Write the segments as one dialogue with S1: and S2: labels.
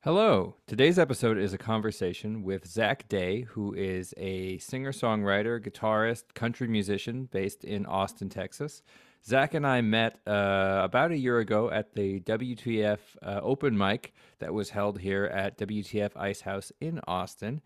S1: Hello. Today's episode is a conversation with Zach Day, who is a singer songwriter, guitarist, country musician based in Austin, Texas. Zach and I met uh, about a year ago at the WTF uh, open mic that was held here at WTF Ice House in Austin.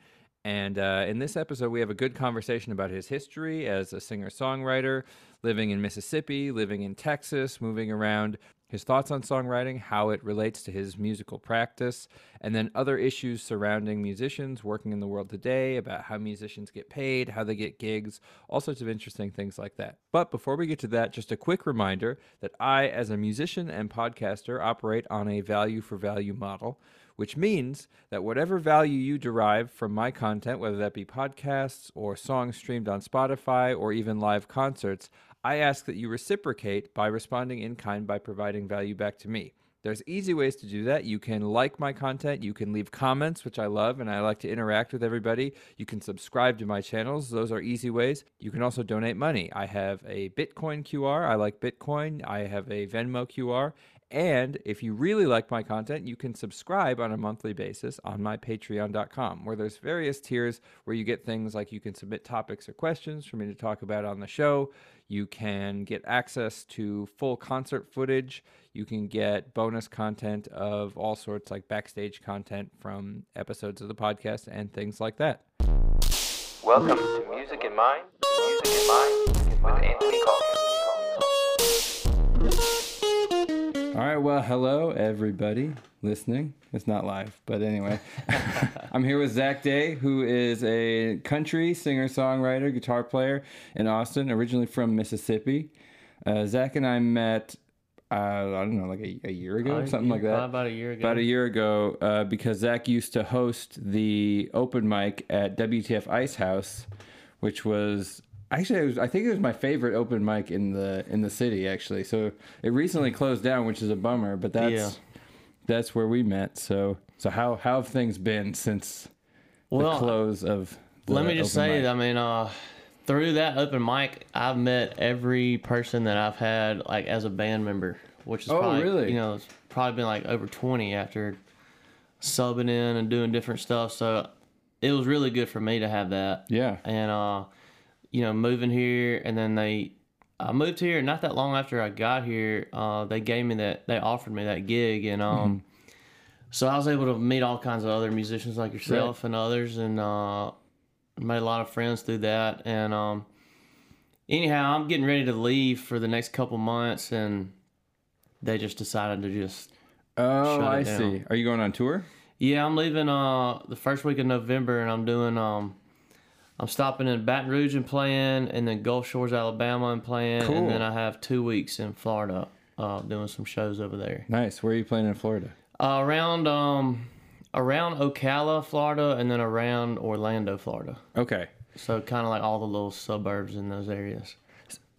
S1: And uh, in this episode, we have a good conversation about his history as a singer songwriter, living in Mississippi, living in Texas, moving around, his thoughts on songwriting, how it relates to his musical practice, and then other issues surrounding musicians working in the world today about how musicians get paid, how they get gigs, all sorts of interesting things like that. But before we get to that, just a quick reminder that I, as a musician and podcaster, operate on a value for value model which means that whatever value you derive from my content, whether that be podcasts or songs streamed on Spotify or even live concerts, I ask that you reciprocate by responding in kind by providing value back to me. There's easy ways to do that. You can like my content. You can leave comments, which I love, and I like to interact with everybody. You can subscribe to my channels. Those are easy ways. You can also donate money. I have a Bitcoin QR. I like Bitcoin. I have a Venmo QR. And if you really like my content, you can subscribe on a monthly basis on my patreon.com, where there's various tiers where you get things like you can submit topics or questions for me to talk about on the show. You can get access to full concert footage. You can get bonus content of all sorts, like backstage content from episodes of the podcast and things like that.
S2: Welcome to Music in Mind, Music in Mind with Anthony Kaufman.
S1: All right. Well, hello, everybody listening. It's not live, but anyway, I'm here with Zach Day, who is a country singer, songwriter, guitar player in Austin, originally from Mississippi. Uh, Zach and I met, uh, I don't know, like a, a year ago,
S3: Uh,
S1: something
S3: yeah,
S1: like that.
S3: About a year ago.
S1: About a year ago, uh, because Zach used to host the open mic at WTF Ice House, which was actually it was, I think it was my favorite open mic in the in the city actually. So it recently closed down, which is a bummer. But that's that's where we met. So so how how have things been since the
S3: Well,
S1: close of? The
S3: Let me just
S1: open
S3: say,
S1: mic?
S3: I mean, uh, through that open mic, I've met every person that I've had like as a band member, which is
S1: Oh,
S3: probably
S1: really?
S3: you know it's probably been like over twenty after subbing in and doing different stuff. So it was really good for me to have that.
S1: yeah.
S3: and uh you know moving here and then they i moved here not that long after i got here uh they gave me that they offered me that gig and um so i was able to meet all kinds of other musicians like yourself and others and uh made a lot of friends through that and um anyhow i'm getting ready to leave for the next couple months and they just decided to just
S1: Oh,
S3: Shut it
S1: I
S3: down.
S1: see. Are you going on tour?
S3: yeah, I'm leaving uh the first week of November, and I'm doing um I'm stopping in Baton Rouge and playing, and then Gulf Shores, Alabama, and playing,
S1: Cool.
S3: and then I have two weeks in Florida, uh, doing some shows over there.
S1: Nice. Where are you playing in Florida?
S3: Uh, around um around Ocala, Florida, and then around Orlando, Florida.
S1: Okay.
S3: So kind of like all the little suburbs in those areas.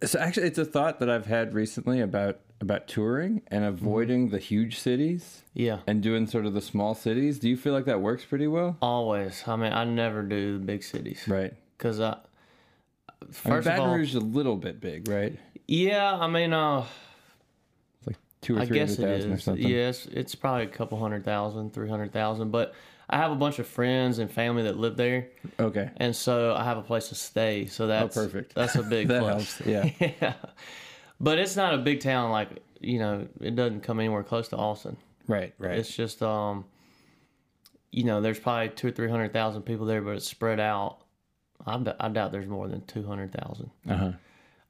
S1: So actually, it's a thought that I've had recently about about touring and
S3: Mm-hmm.
S1: avoiding the huge cities
S3: Yeah,
S1: and doing sort of the small cities. Do you feel like that works pretty well?
S3: always. I mean, I never do the big cities
S1: Right.
S3: because
S1: I
S3: I.
S1: mean,
S3: First
S1: Baton
S3: of all,
S1: Rouge is a little bit big, right?
S3: yeah, I mean, uh,
S1: It's like two or
S3: I
S1: three
S3: guess
S1: hundred
S3: it
S1: thousand or
S3: is.
S1: something.
S3: Yes, it's probably a couple hundred thousand, three hundred thousand. But I have a bunch of friends and family that live there,
S1: Okay.
S3: and so I have a place to stay. So that's
S1: Oh, perfect.
S3: That's a big
S1: That
S3: plus.
S1: helps. Yeah.
S3: yeah, but it's not a big town like you know. It doesn't come anywhere close to Austin.
S1: right. Right.
S3: It's just um, you know, there's probably two or three hundred thousand people there, but it's spread out. I, d- I doubt there's more than two hundred thousand.
S1: Uh huh.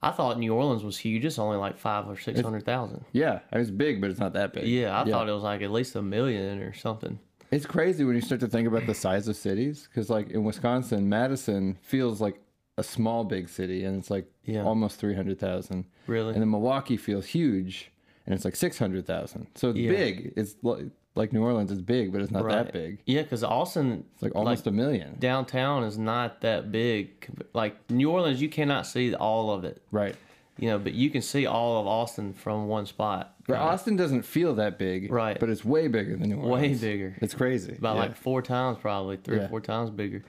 S3: I thought New Orleans was huge. It's only like five or six hundred thousand.
S1: Yeah. I mean, It's big, but it's not that big.
S3: Yeah, I thought it was like at least a million or something.
S1: It's crazy when you start to think about the size of cities, because like in Wisconsin, Madison feels like a small big city, and it's like
S3: Yeah.
S1: almost three hundred thousand.
S3: Really?
S1: and then Milwaukee feels huge, and it's like six hundred thousand. So it's
S3: Yeah.
S1: big. It's li- like New Orleans is big, but it's not that
S3: Right.
S1: big.
S3: yeah, because Austin
S1: It's like almost a million.
S3: downtown is not that big. comp- Like New Orleans, you cannot see all of it,
S1: Right.
S3: you know, but you can see all of Austin from one spot.
S1: But Austin doesn't feel that big.
S3: Right.
S1: But it's way bigger than New
S3: Way
S1: Orleans.
S3: bigger.
S1: It's crazy.
S3: about
S1: Yeah.
S3: like four times probably three
S1: Yeah.
S3: or four times bigger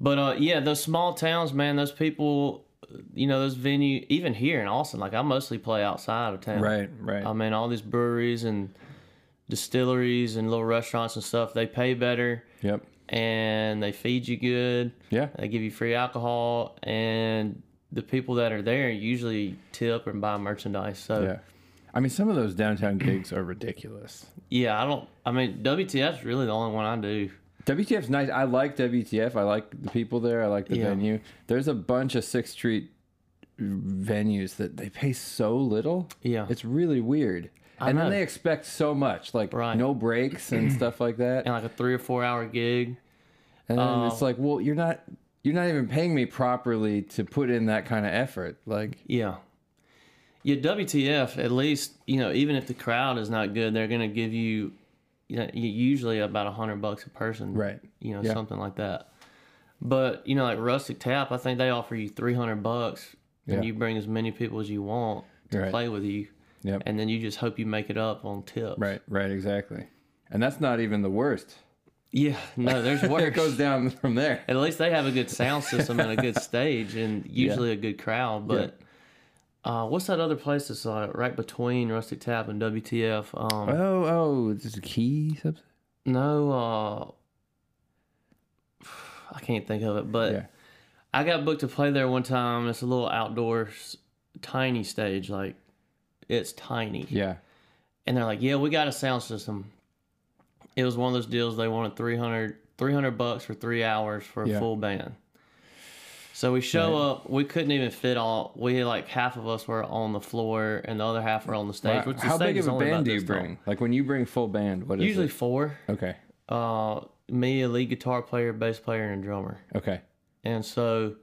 S3: but uh yeah those small towns man those people you know those venue even here in austin like i mostly play outside of town
S1: Right, right.
S3: i mean all these breweries and distilleries and little restaurants and stuff. They pay better
S1: Yep.
S3: and they feed you good.
S1: Yeah.
S3: They give you free alcohol and the people that are there usually tip and buy merchandise. So
S1: Yeah. I mean, some of those downtown gigs are ridiculous.
S3: yeah, I don't I mean WTF's really the only one I do.
S1: WTF's nice. I like WTF. I like the people there. I like the
S3: Yeah.
S1: venue. There's a bunch of Sixth Street venues that they pay so little.
S3: Yeah.
S1: It's really weird.
S3: I
S1: and
S3: know.
S1: then they expect so much, like
S3: Right.
S1: no breaks and stuff like that.
S3: And like a three or four hour gig.
S1: And then
S3: Um,
S1: it's like, well, you're not you're not even paying me properly to put in that kind of effort. Like,
S3: Yeah. Yeah, WTF, at least, you know, even if the crowd is not good, they're going to give you, you know, you- usually about a 100 bucks a person.
S1: Right.
S3: You know,
S1: Yeah.
S3: something like that. But, you know, like Rustic Tap, I think they offer you 300 bucks and
S1: Yeah.
S3: you bring as many people as you want to
S1: Right.
S3: play with you.
S1: Yep.
S3: And then you just hope you make it up on tips.
S1: right, right, exactly. And that's not even the worst.
S3: Yeah. No, there's work.
S1: It goes down from there.
S3: at least they have a good sound system and a good stage and usually a good crowd. But uh, what's that other place that's uh, right between Rustic Tap and WTF? Um,
S1: Oh, oh, this is key something.
S3: no, uh, I can't think of it. But
S1: Yeah.
S3: I got booked to play there one time. It's a little outdoor, s- tiny stage. Like it's tiny.
S1: Yeah.
S3: And they're like, "Yeah, we got a sound system." It was one of those deals. They wanted 300, 300 bucks for three hours for a
S1: Yeah.
S3: full band. So we show up. We couldn't even fit all. We like half of us were on the floor, and the other half were on the stage.
S1: Wow.
S3: Which the
S1: How
S3: stage
S1: big
S3: is
S1: of a
S3: only about
S1: band do you
S3: this tall.
S1: bring? Like when you bring full band, what is
S3: Usually
S1: it?
S3: four.
S1: Okay.
S3: Uh, me, a lead guitar player, bass player, and a drummer.
S1: Okay.
S3: And so,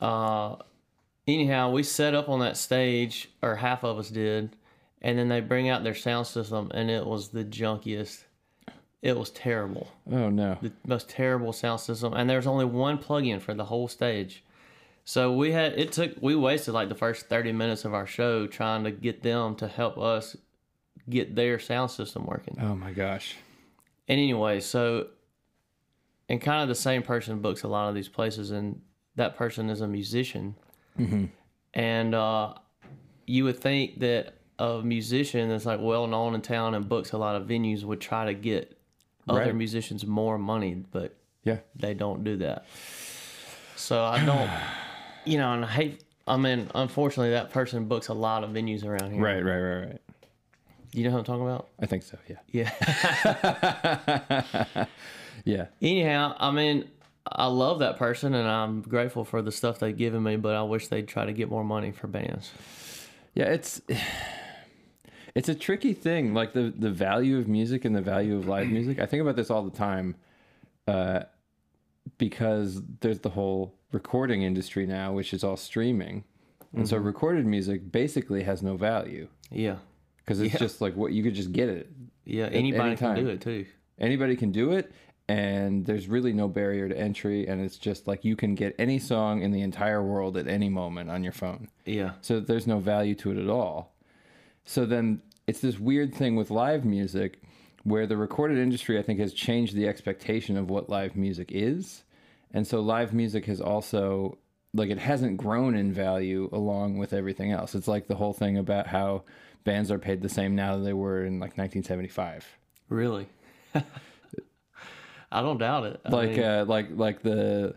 S3: uh, anyhow, we set up on that stage, or half of us did, and then they bring out their sound system, and it was the junkiest. It was terrible,
S1: Oh no.
S3: the most terrible sound system, and there's only one plug-in for the whole stage. So we had it took we wasted like the first thirty minutes of our show trying to get them to help us get their sound system working.
S1: Oh my gosh.
S3: And anyway, so and kind of the same person books a lot of these places, and that person is a musician.
S1: Mm-hmm.
S3: And uh, you would think that a musician that's like well known in town and books a lot of venues would try to get other
S1: Right.
S3: musicians more money, but
S1: Yeah.
S3: they don't do that. So I don't, you know, and I hate. I mean, unfortunately, that person books a lot of venues around here.
S1: Right, right, right, right.
S3: You know what I'm talking about?
S1: I think so, yeah.
S3: Yeah.
S1: Yeah.
S3: Anyhow, I mean, I love that person and I'm grateful for the stuff they've given me, but I wish they'd try to get more money for bands.
S1: Yeah, it's it's a tricky thing. Like the the value of music and the value of live music. I think about this all the time, uh, because there's the whole recording industry now, which is all streaming, and so
S3: Mm-hmm.
S1: recorded music basically has no value
S3: Yeah.
S1: because it's just like what you could just get it.
S3: Yeah. Anybody
S1: any
S3: can
S1: time.
S3: do it too.
S1: Anybody can do it. And there's really no barrier to entry, and it's just like you can get any song in the entire world at any moment on your phone.
S3: Yeah.
S1: So there's no value to it at all. So then it's this weird thing with live music where the recorded industry, I think, has changed the expectation of what live music is. And so live music has also, like, it hasn't grown in value along with everything else. It's like the whole thing about how bands are paid the same now that they were in like 1975.
S3: Really? I don't doubt it. I
S1: Like,
S3: mean,
S1: uh, like, like the,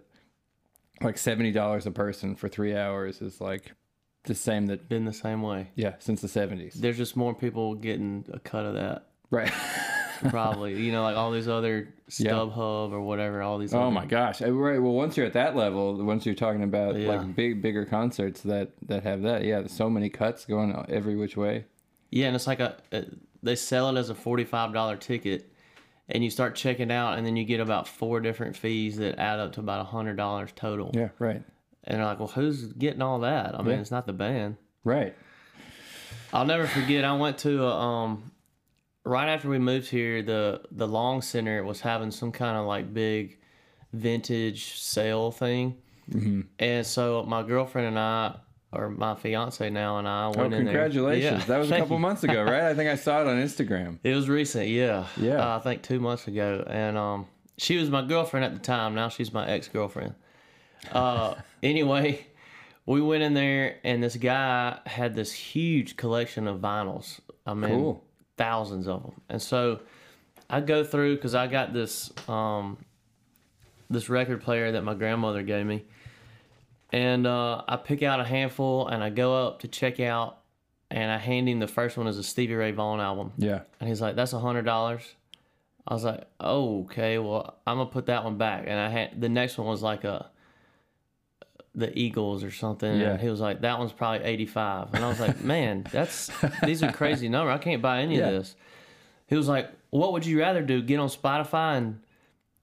S1: like $70 a person for three hours is like the same that,
S3: been the same way.
S1: yeah, since the 70s.
S3: There's just more people getting a cut of that.
S1: Right.
S3: Probably, you know, like all these other StubHub or whatever, all these.
S1: Oh
S3: other-
S1: my gosh! Uh, Right. Well, once you're at that level, once you're talking about
S3: Yeah.
S1: like big, bigger concerts that that have that, yeah, there's so many cuts going out every which way.
S3: Yeah, and it's like a, a they sell it as a forty-five dollar ticket, and you start checking out, and then you get about four different fees that add up to about hundred dollars total.
S1: Yeah. Right.
S3: And they're like, "Well, who's getting all that? I mean, it's not the band."
S1: Right.
S3: I'll never forget. I went to a, um, right after we moved here, the the Long Center was having some kind of like big vintage sale thing,
S1: Mm-hmm.
S3: and so my girlfriend and I, or my fiance now and I,
S1: Oh,
S3: went in there.
S1: congratulations!
S3: Yeah,
S1: That was a
S3: thank
S1: couple
S3: you.
S1: months ago, right? I think I saw it on Instagram.
S3: It was recent, yeah.
S1: Yeah.
S3: Uh, I think two months ago, and um, she was my girlfriend at the time. Now she's my ex girlfriend. Uh, anyway, we went in there, and this guy had this huge collection of vinyls. I mean,
S1: Cool.
S3: thousands of them. And so I go through because I got this um, this record player that my grandmother gave me, and uh, I pick out a handful and I go up to check out, and I hand him the first one is a Stevie Ray Vaughan album.
S1: Yeah.
S3: And he's like, "That's a hundred dollars." I was like, oh, "Okay, well, I'm gonna put that one back." And I had the next one was like a the Eagles or something.
S1: Yeah.
S3: And he was like, "That one's probably 85." And I was like, "Man, that's these are crazy number. I can't buy any
S1: Yeah.
S3: of this." He was like, "What would you rather do? Get on Spotify and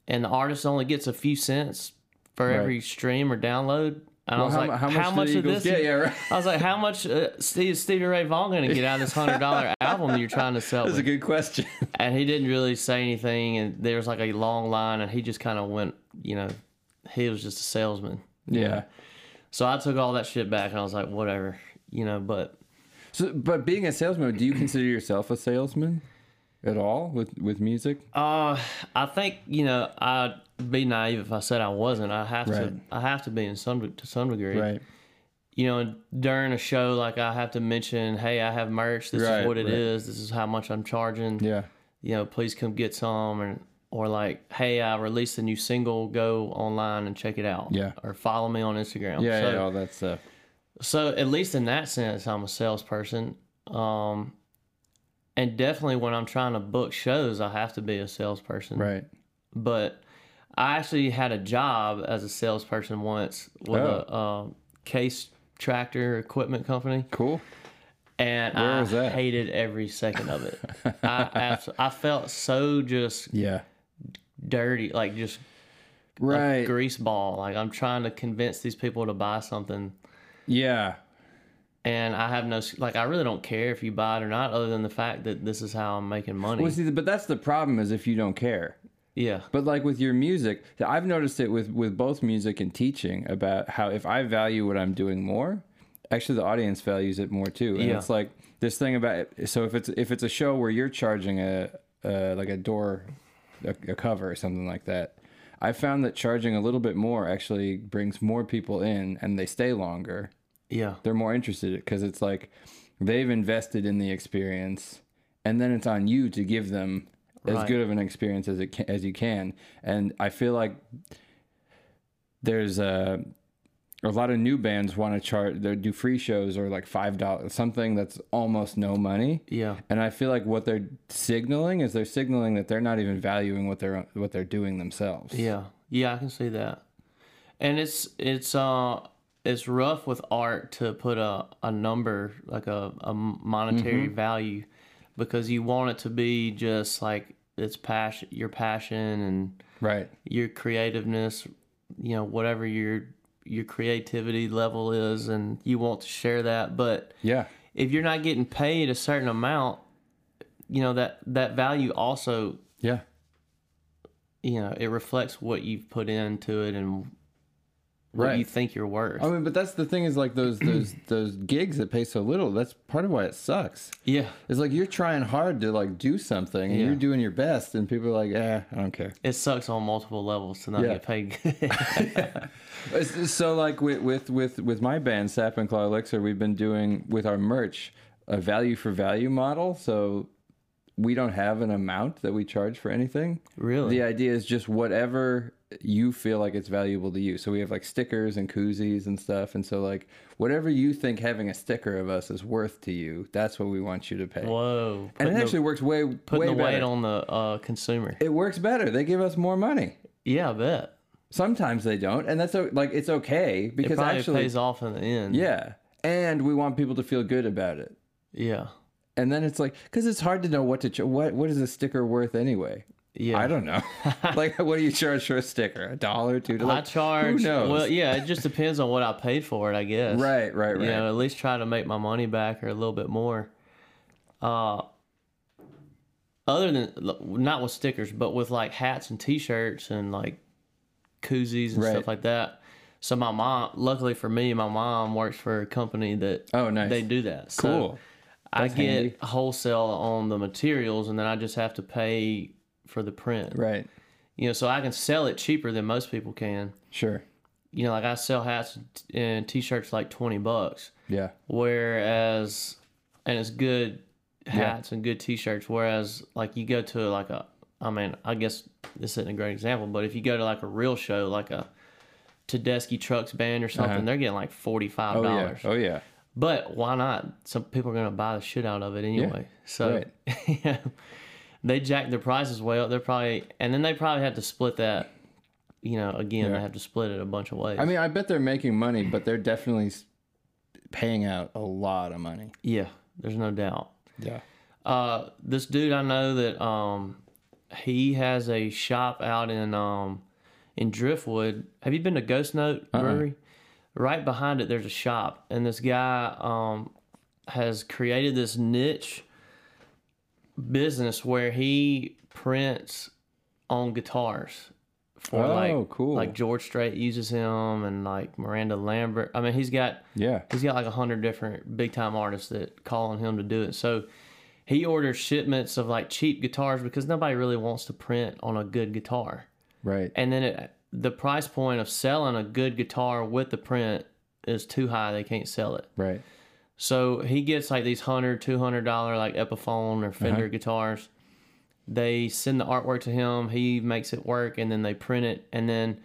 S3: and the artist only gets a few cents for every stream or download?" And I was
S1: how,
S3: like,
S1: mu-
S3: "How much,
S1: much, did the
S3: of
S1: Eagles
S3: this?"
S1: get? Yeah, right.
S3: I was like, "How much uh, Steve, Stevie Ray Vaughan gonna get out of this hundred dollar album you're trying to sell?"
S1: That's
S3: me?"
S1: a good question.
S3: and he didn't really say anything and there was like a long line and he just kind of went you know he was just a salesman
S1: yeah.
S3: so i took all that shit back and i was like whatever you know but
S1: So, but being a salesman, do you consider yourself a salesman at all with with music?
S3: uh i think you know i'd be naive if i said i wasn't i have
S1: Right.
S3: to i have to be in some to some degree
S1: Right.
S3: you know during a show like i have to mention hey i have merch this
S1: Right,
S3: is what it is.
S1: right.
S3: this is how much i'm charging
S1: Yeah.
S3: you know, please come get some, and or like, hey, I released a new single. Go online and check it out.
S1: Yeah.
S3: Or follow me on Instagram.
S1: Yeah,
S3: So,
S1: yeah, all that stuff.
S3: so at least in that sense, I'm a salesperson. Um, and definitely when I'm trying to book shows, I have to be a salesperson.
S1: Right.
S3: But I actually had a job as a salesperson once with
S1: Oh.
S3: a um, case tractor equipment company
S1: Cool.
S3: and
S1: Where
S3: I
S1: was that?
S3: hated every second of it. I, abs- I felt so just
S1: Yeah.
S3: dirty, like just
S1: Right.
S3: a grease ball. Like I'm trying to convince these people to buy something,
S1: yeah.
S3: and I have no like I really don't care if you buy it or not, other than the fact that this is how I'm making money.
S1: Well, see, but that's the problem is if you don't care.
S3: yeah,
S1: But like with your music, I've noticed it with with both music and teaching about how if I value what I'm doing more, actually the audience values it more too. And
S3: Yeah.
S1: it's like this thing about so if it's if it's a show where you're charging a uh, like a door a, a cover or something like that, I found that charging a little bit more actually brings more people in and they stay longer
S3: yeah,
S1: they're more interested because it's like they've invested in the experience and then it's on you to give them as
S3: Right.
S1: good of an experience as it can, as you can and i feel like there's a a lot of new bands want to chart they do free shows or like five dollars something that's almost no money
S3: yeah,
S1: and i feel like what they're signaling is they're signaling that they're not even valuing what they're what they're doing themselves
S3: yeah, yeah. I can see that, and it's it's uh it's rough with art to put a a number like a a monetary value because you want it to be just like it's passion, your passion, and
S1: right
S3: your creativeness, you know, whatever your your creativity level is and you want to share that, but
S1: yeah
S3: if you're not getting paid a certain amount, you know that that value also,
S1: yeah
S3: you know, it reflects what you've put into it and what
S1: Right. Oh,
S3: you think you're worth.
S1: I mean, but that's the thing is like those those those gigs that pay so little. That's part of why it sucks.
S3: yeah.
S1: It's like you're trying hard to like do something and
S3: Yeah.
S1: you're doing your best, and people are like, "Eh, I don't care."
S3: It sucks on multiple levels to not
S1: Yeah.
S3: get paid.
S1: It's just so like with with with with my band Sap and Claw Elixir, we've been doing with our merch a value for value model. So we don't have an amount that we charge for anything.
S3: really?
S1: The idea is just whatever you feel like it's valuable to you. So we have like stickers and koozies and stuff. And so like whatever you think having a sticker of us is worth to you, that's what we want you to pay.
S3: Whoa.
S1: and
S3: Putting
S1: it
S3: the-
S1: actually works way way
S3: putting the weight
S1: better.
S3: on the uh, consumer.
S1: It works better. They give us more money.
S3: Yeah, I bet.
S1: Sometimes they don't, and that's o- like it's okay
S3: It
S1: because
S3: probably
S1: actually
S3: pays off in the end.
S1: yeah. And we want people to feel good about it.
S3: Yeah.
S1: And then it's like cuz it's hard to know what to ch- what what is a sticker worth anyway?
S3: Yeah.
S1: I don't know. like, what do you charge for a sticker? A dollar, two
S3: I
S1: dollars?
S3: charge.
S1: Who knows?
S3: Well, yeah, it just depends on what I paid for it, I guess.
S1: Right, right, right.
S3: You know, at least try to make my money back or a little bit more. Uh, other than look, not with stickers, but with like hats and T-shirts and like koozies and
S1: Right.
S3: stuff like that. So my mom, luckily for me, my mom works for a company that
S1: Oh, nice.
S3: they do that. So
S1: cool.
S3: I
S1: That's
S3: get
S1: handy.
S3: wholesale on the materials, and then I just have to pay for the print.
S1: Right.
S3: You know, so I can sell it cheaper than most people can
S1: Sure.
S3: you know, like I sell hats and t-shirts like 20 bucks,
S1: Yeah.
S3: whereas, and it's good, hats and good t-shirts whereas like you go to like a i mean i guess this isn't a great example but if you go to like a real show like a tedeschi trucks band or something they're getting like $45
S1: Uh-huh. Oh yeah. Oh yeah.
S3: but why not some people are going to buy the shit out of it anyway so yeah, they jack their prices way up they're probably and then they probably have to split that you know again they have to split it a bunch of ways
S1: I mean, I bet they're making money, but they're definitely s- paying out a lot of money.
S3: yeah there's no doubt
S1: Yeah.
S3: uh, this dude I know that um, he has a shop out in um, in Driftwood. Have you been to Ghost Note
S1: Uh-uh.
S3: Brewery? Right behind it, there's a shop, and this guy um, has created this niche business where he prints on guitars for
S1: Oh,
S3: like
S1: cool.
S3: like George Strait uses him, and like Miranda Lambert. I mean, he's got
S1: Yeah.
S3: He's got like a hundred different big time artists that call on him to do it. So he orders shipments of like cheap guitars because nobody really wants to print on a good guitar.
S1: Right.
S3: And then it, the price point of selling a good guitar with the print is too high. They can't sell it.
S1: Right.
S3: So he gets like these hundred, two hundred dollar like Epiphone or Fender guitars. They send the artwork to him. He makes it work, and then they print it. And then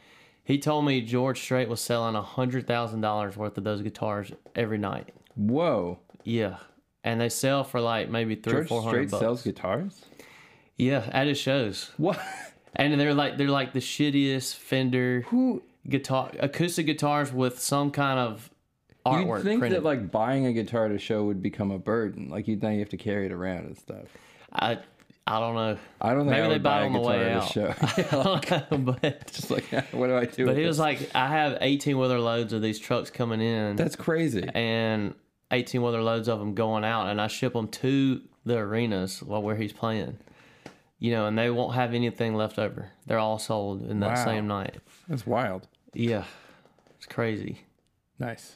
S3: he told me George Strait was selling a hundred thousand dollars worth of those guitars every night.
S1: Whoa.
S3: Yeah, and they sell for like maybe three or
S1: George
S3: four hundred
S1: Strait
S3: bucks.
S1: sells guitars.
S3: yeah, at his shows,
S1: What?
S3: and they're like they're like the shittiest Fender
S1: Who?
S3: guitar acoustic guitars with some kind of artwork
S1: You'd think
S3: printed.
S1: that like buying a guitar to show would become a burden. Like you'd now you have to carry it around and stuff.
S3: I I don't know.
S1: I don't think
S3: Maybe
S1: I
S3: they
S1: would buy
S3: buy it
S1: a
S3: on the
S1: guitar
S3: way
S1: at a
S3: out.
S1: show.
S3: I don't know, but
S1: It's like, what do I do?
S3: but
S1: with
S3: he was
S1: this?
S3: like, I have eighteen wheeler loads of these trucks coming in,
S1: that's crazy.
S3: and eighteen wheeler loads of them going out, and I ship them to the arenas while where he's playing. You know, and they won't have anything left over. They're all sold in that
S1: Wow.
S3: same night.
S1: That's wild.
S3: Yeah, it's crazy.
S1: Nice.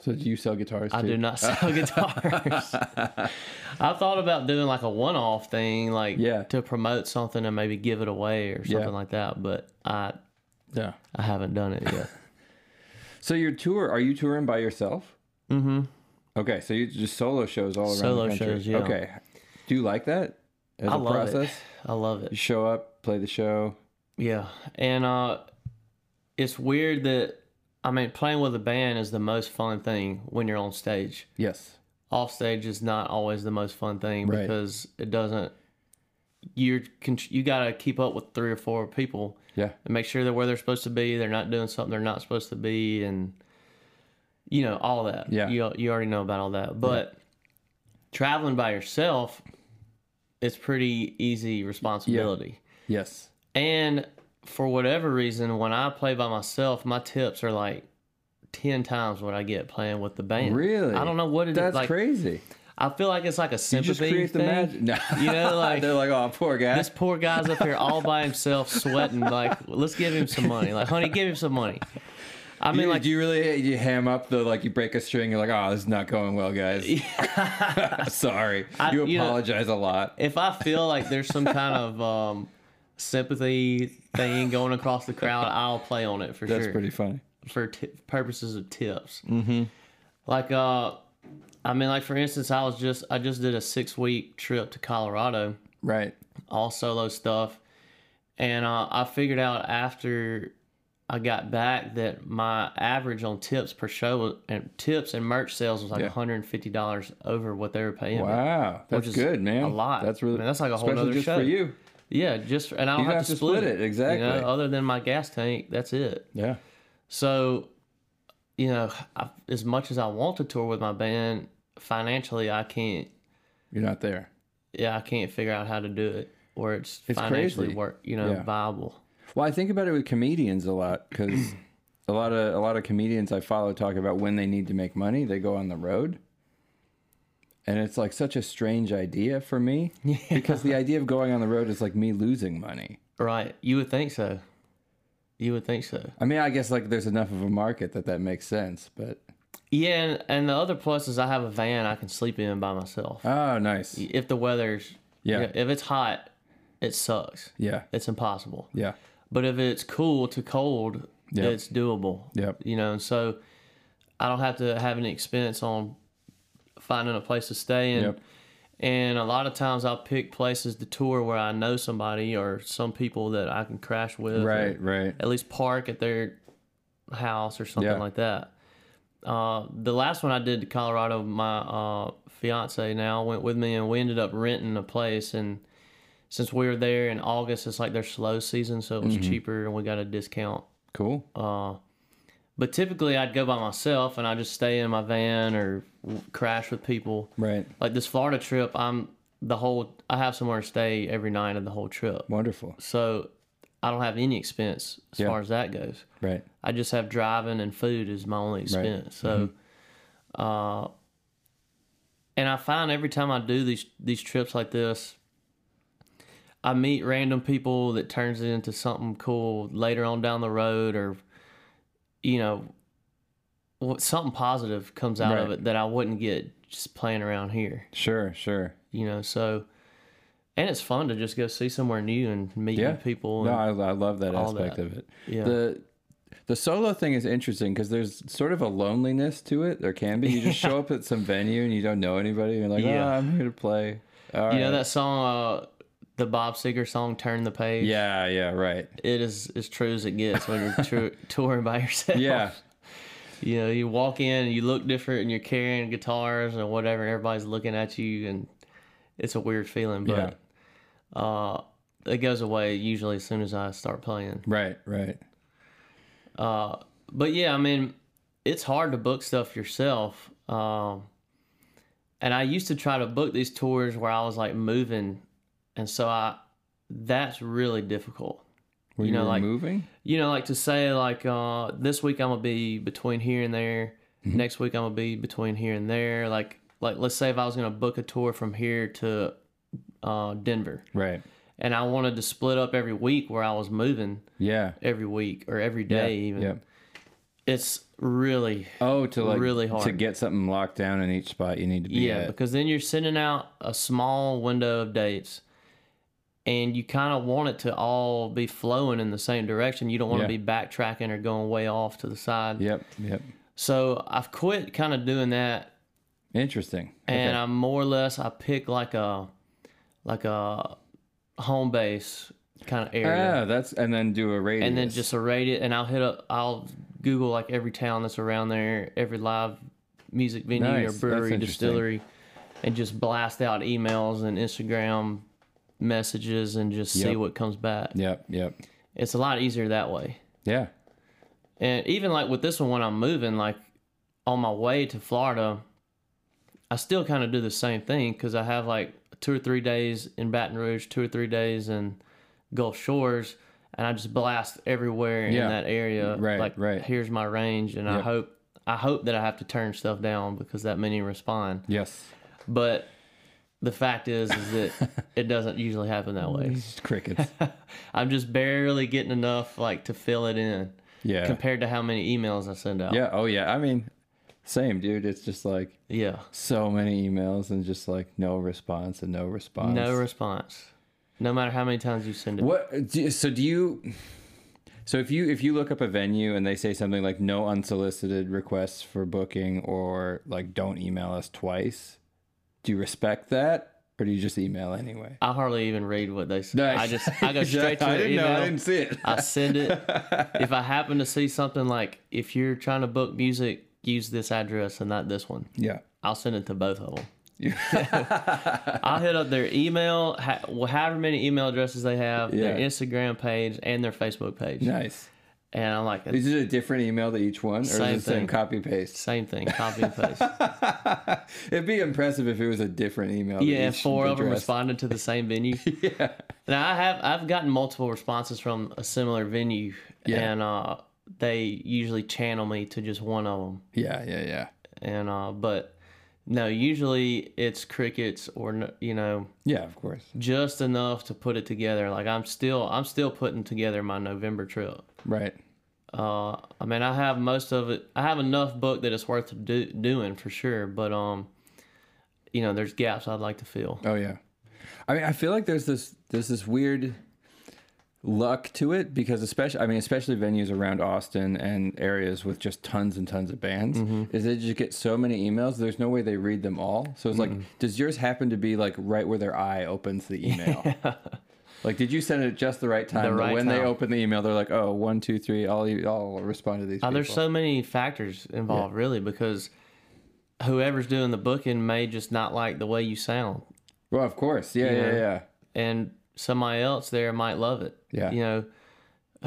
S1: So do you sell guitars?
S3: I
S1: too?
S3: do not sell guitars. I thought about doing like a one-off thing, like
S1: Yeah.
S3: to promote something and maybe give it away or something
S1: Yeah.
S3: like that, but I
S1: Yeah.
S3: I haven't done it yet.
S1: So your tour? Are you touring by yourself? Mm-hmm. Okay, so you just solo shows all around. the
S3: Solo
S1: country.
S3: shows, yeah.
S1: Okay. Do you like that? As
S3: I
S1: a
S3: love
S1: process?
S3: it. I love it.
S1: You show up, play the show.
S3: Yeah, and uh, it's weird that I mean, playing with a band is the most fun thing when you're on stage.
S1: Yes.
S3: off stage is not always the most fun thing
S1: Right.
S3: because it doesn't you're con- you got to keep up with three or four people
S1: Yeah.
S3: and make sure they're where they're supposed to be they're not doing something they're not supposed to be and you know all that
S1: Yeah.
S3: you, you already know about all that but traveling by yourself it's pretty easy responsibility
S1: Yes.
S3: and for whatever reason when i play by myself my tips are like 10 times what i get playing with the band
S1: Really?
S3: i don't know what it is.
S1: That's
S3: like,
S1: crazy.
S3: I feel like it's like a
S1: You just
S3: sympathy
S1: create the
S3: thing.
S1: magic. No.
S3: You know, like
S1: They're like, oh, poor guy.
S3: this poor guy's up here all by himself, sweating. Like, let's give him some money. Like, honey, give him some money. I mean,
S1: you,
S3: like,
S1: do you really you ham up the like you break a string? You're like, oh, this is not going well, guys. Sorry.
S3: I-
S1: you
S3: you know-
S1: apologize a lot.
S3: if I feel like there's some kind of um, sympathy thing going across the crowd, I'll play on it for
S1: That's
S3: sure.
S1: pretty funny.
S3: for t- purposes of tips. Mm-hmm. Like, uh, I mean, like for instance, I was just I just did a six week trip to Colorado.
S1: Right.
S3: all solo stuff. And uh, I figured out after I got back that my average on tips per show was, and tips and merch sales was like
S1: Yeah.
S3: $150 over what they were paying. me.
S1: Wow, that's
S3: is
S1: good, man.
S3: a lot.
S1: That's really
S3: Man, that's like a whole
S1: especially
S3: nother
S1: just
S3: show.
S1: for you.
S3: Yeah, just and I don't
S1: You
S3: have,
S1: have
S3: to,
S1: to
S3: split,
S1: split it,
S3: you know,
S1: exactly.
S3: other than my gas tank, that's it.
S1: Yeah,
S3: So, you know, I, as much as I want to tour with my band, financially I can't.
S1: you're not there.
S3: Yeah, I can't figure out how to do it where it's,
S1: It's
S3: financially
S1: crazy.
S3: work. You know,
S1: Yeah.
S3: viable.
S1: Well, I think about it with comedians a lot because a lot of a lot of comedians I follow talk about when they need to make money, they go on the road, and it's like such a strange idea for me because the idea of going on the road is like me losing money.
S3: Right. You would think so. You would think so.
S1: I mean, I guess like there's enough of a market that that makes sense, but
S3: Yeah, and, and the other plus is I have a van I can sleep in by myself.
S1: oh, nice,
S3: If the weather's
S1: Yeah.
S3: if it's hot, it sucks.
S1: yeah,
S3: It's impossible.
S1: yeah,
S3: But if it's cool to cold,
S1: Yeah.
S3: it's doable.
S1: Yep.
S3: You know, and so I don't have to have any expense on finding a place to stay in.
S1: Yep.
S3: And a lot of times I'll pick places to tour where I know somebody or some people that I can crash with. or
S1: Right, right.
S3: At least park at their house or something
S1: Yeah.
S3: like that. Uh, the last one I did to Colorado, my uh, fiance now went with me, and we ended up renting a place. And since we were there in August, it's like their slow season, so it was
S1: Mm-hmm.
S3: cheaper, and we got a discount.
S1: Cool.
S3: But typically, I'd go by myself, and I just stay in my van or w- crash with people.
S1: right.
S3: Like this Florida trip, I'm the whole. I have somewhere to stay every night of the whole trip,
S1: Wonderful.
S3: so I don't have any expense as
S1: Yeah.
S3: far as that goes.
S1: Right.
S3: I just have driving and food is my only expense. So, uh,
S1: Mm-hmm.
S3: and I find every time I do these these trips like this, I meet random people that turns it into something cool later on down the road, or you know, what something positive comes out of
S1: Right.
S3: it that I wouldn't get just playing around here.
S1: Sure, sure.
S3: You know, so. And it's fun to just go see somewhere new and meet
S1: Yeah.
S3: new people.
S1: No,
S3: And,
S1: I, I love that
S3: all
S1: aspect
S3: that.
S1: of it.
S3: Yeah.
S1: The the solo thing is interesting because there's sort of a loneliness to it. There can be. You just show up at some venue and you don't know anybody. And you're like,
S3: Yeah.
S1: oh, I'm here to play. All
S3: you know
S1: right.
S3: that song, uh, the Bob Seger song, "Turn the Page."
S1: yeah, yeah, right.
S3: it is as true as it gets when you're tou- touring by yourself.
S1: Yeah,
S3: you know, you walk in and you look different, and you're carrying guitars and whatever, and everybody's looking at you, and it's a weird feeling.
S1: Yeah.
S3: But uh, it goes away usually as soon as I start playing. Uh,
S1: right, right.
S3: But yeah, I mean, it's hard to book stuff yourself. Um, and I used to try to book these tours where I was like moving, and so I that's really difficult.
S1: Were you,
S3: know, like-
S1: moving?
S3: you know, like to say like uh, this week I'm gonna be between here and there. Next week I'm gonna be between here and there. Like like let's say if I was gonna book a tour from here to uh, Denver,
S1: Right.
S3: and I wanted to split up every week where I was moving
S1: Yeah.
S3: every week or every day even.
S1: Yep.
S3: It's really
S1: Oh, to like
S3: Really
S1: to
S3: hard.
S1: get something locked down in each spot. You need to be
S3: yeah,
S1: at.
S3: because then you're sending out a small window of dates, and you kind of want it to all be flowing in the same direction. You don't want
S1: Yeah.
S3: to be backtracking or going way off to the side.
S1: Yep. Yep.
S3: So I've quit kind of doing that,
S1: Interesting.
S3: and I'm more or less I pick like a like a home base kind of area,
S1: Yeah, Ah, that's and then do a radius.
S3: and then just rate it. And I'll hit up, I'll Google like every town that's around there, every live music venue
S1: Nice,
S3: or
S1: that's
S3: brewery,
S1: interesting.
S3: distillery, and just blast out emails and Instagram messages and just see
S1: Yep.
S3: what comes back.
S1: Yep. Yep.
S3: It's a lot easier that way.
S1: Yeah.
S3: And even like with this one, when I'm moving, like on my way to Florida, I still kind of do the same thing because I have like two or three days in Baton Rouge, two or three days in Gulf Shores, and I just blast everywhere
S1: Yeah.
S3: in that area.
S1: Right,
S3: like,
S1: right.
S3: Here's my range, and I
S1: Yep.
S3: hope I hope that I have to turn stuff down because that many respond.
S1: Yes.
S3: But the fact is, is that it doesn't usually happen that way.
S1: It's crickets.
S3: I'm just barely getting enough like to fill it in
S1: Yeah.
S3: compared to how many emails I send out.
S1: yeah. Oh yeah. I mean, same dude. It's just like
S3: Yeah.
S1: so many emails and just like no response and no response.
S3: No response. No matter how many times you send it.
S1: What? do- So do you? So if you if you look up a venue and they say something like no unsolicited requests for booking or like don't email us twice, do you respect that or do you just email anyway?
S3: I hardly even read what they say.
S1: Nice.
S3: I just I go straight to
S1: I
S3: the
S1: didn't
S3: email.
S1: know. I didn't see it.
S3: I send it. if I happen to see something like if you're trying to book music, use this address and not this one.
S1: yeah.
S3: I'll send it to both of them. I'll hit up their email, ha- well, however many email addresses they have, their
S1: Yeah.
S3: Instagram page, and their Facebook page.
S1: Nice.
S3: And I'm like,
S1: Is it a different email to each one, or
S3: Same
S1: is it the same
S3: thing.
S1: copy paste?
S3: same thing, copy and paste.
S1: It'd be impressive if it was a different email. to
S3: Yeah,
S1: each
S3: four of them
S1: address.
S3: responded to the same venue. yeah. Now I have I've gotten multiple responses from a similar venue,
S1: Yeah.
S3: and uh, they usually channel me to just one of them.
S1: Yeah, yeah, yeah,
S3: And uh, but no, usually it's crickets or n- you know
S1: yeah. Of course.
S3: just enough to put it together. Like I'm still I'm still putting together my November trip.
S1: Right.
S3: Uh, I mean I have most of it. I have enough book that it's worth do, doing for sure. But um, you know there's gaps I'd like to fill.
S1: Oh yeah. I mean, I feel like there's this there's this weird luck to it because especially I mean especially venues around Austin and areas with just tons and tons of bands
S3: Mm-hmm.
S1: is they just get so many emails there's no way they read them all so it's
S3: Mm-hmm.
S1: like does yours happen to be like right where their eye opens the email like did you send it at just the right time
S3: The
S1: But
S3: right
S1: when they
S3: time.
S1: open the email they're like oh one two three I'll I'll respond to these
S3: Uh,
S1: people.
S3: there's so many factors involved, really, because whoever's doing the booking may just not like the way you sound,
S1: well of course yeah yeah
S3: know.
S1: yeah
S3: and somebody else there might love it.
S1: Yeah.
S3: you know,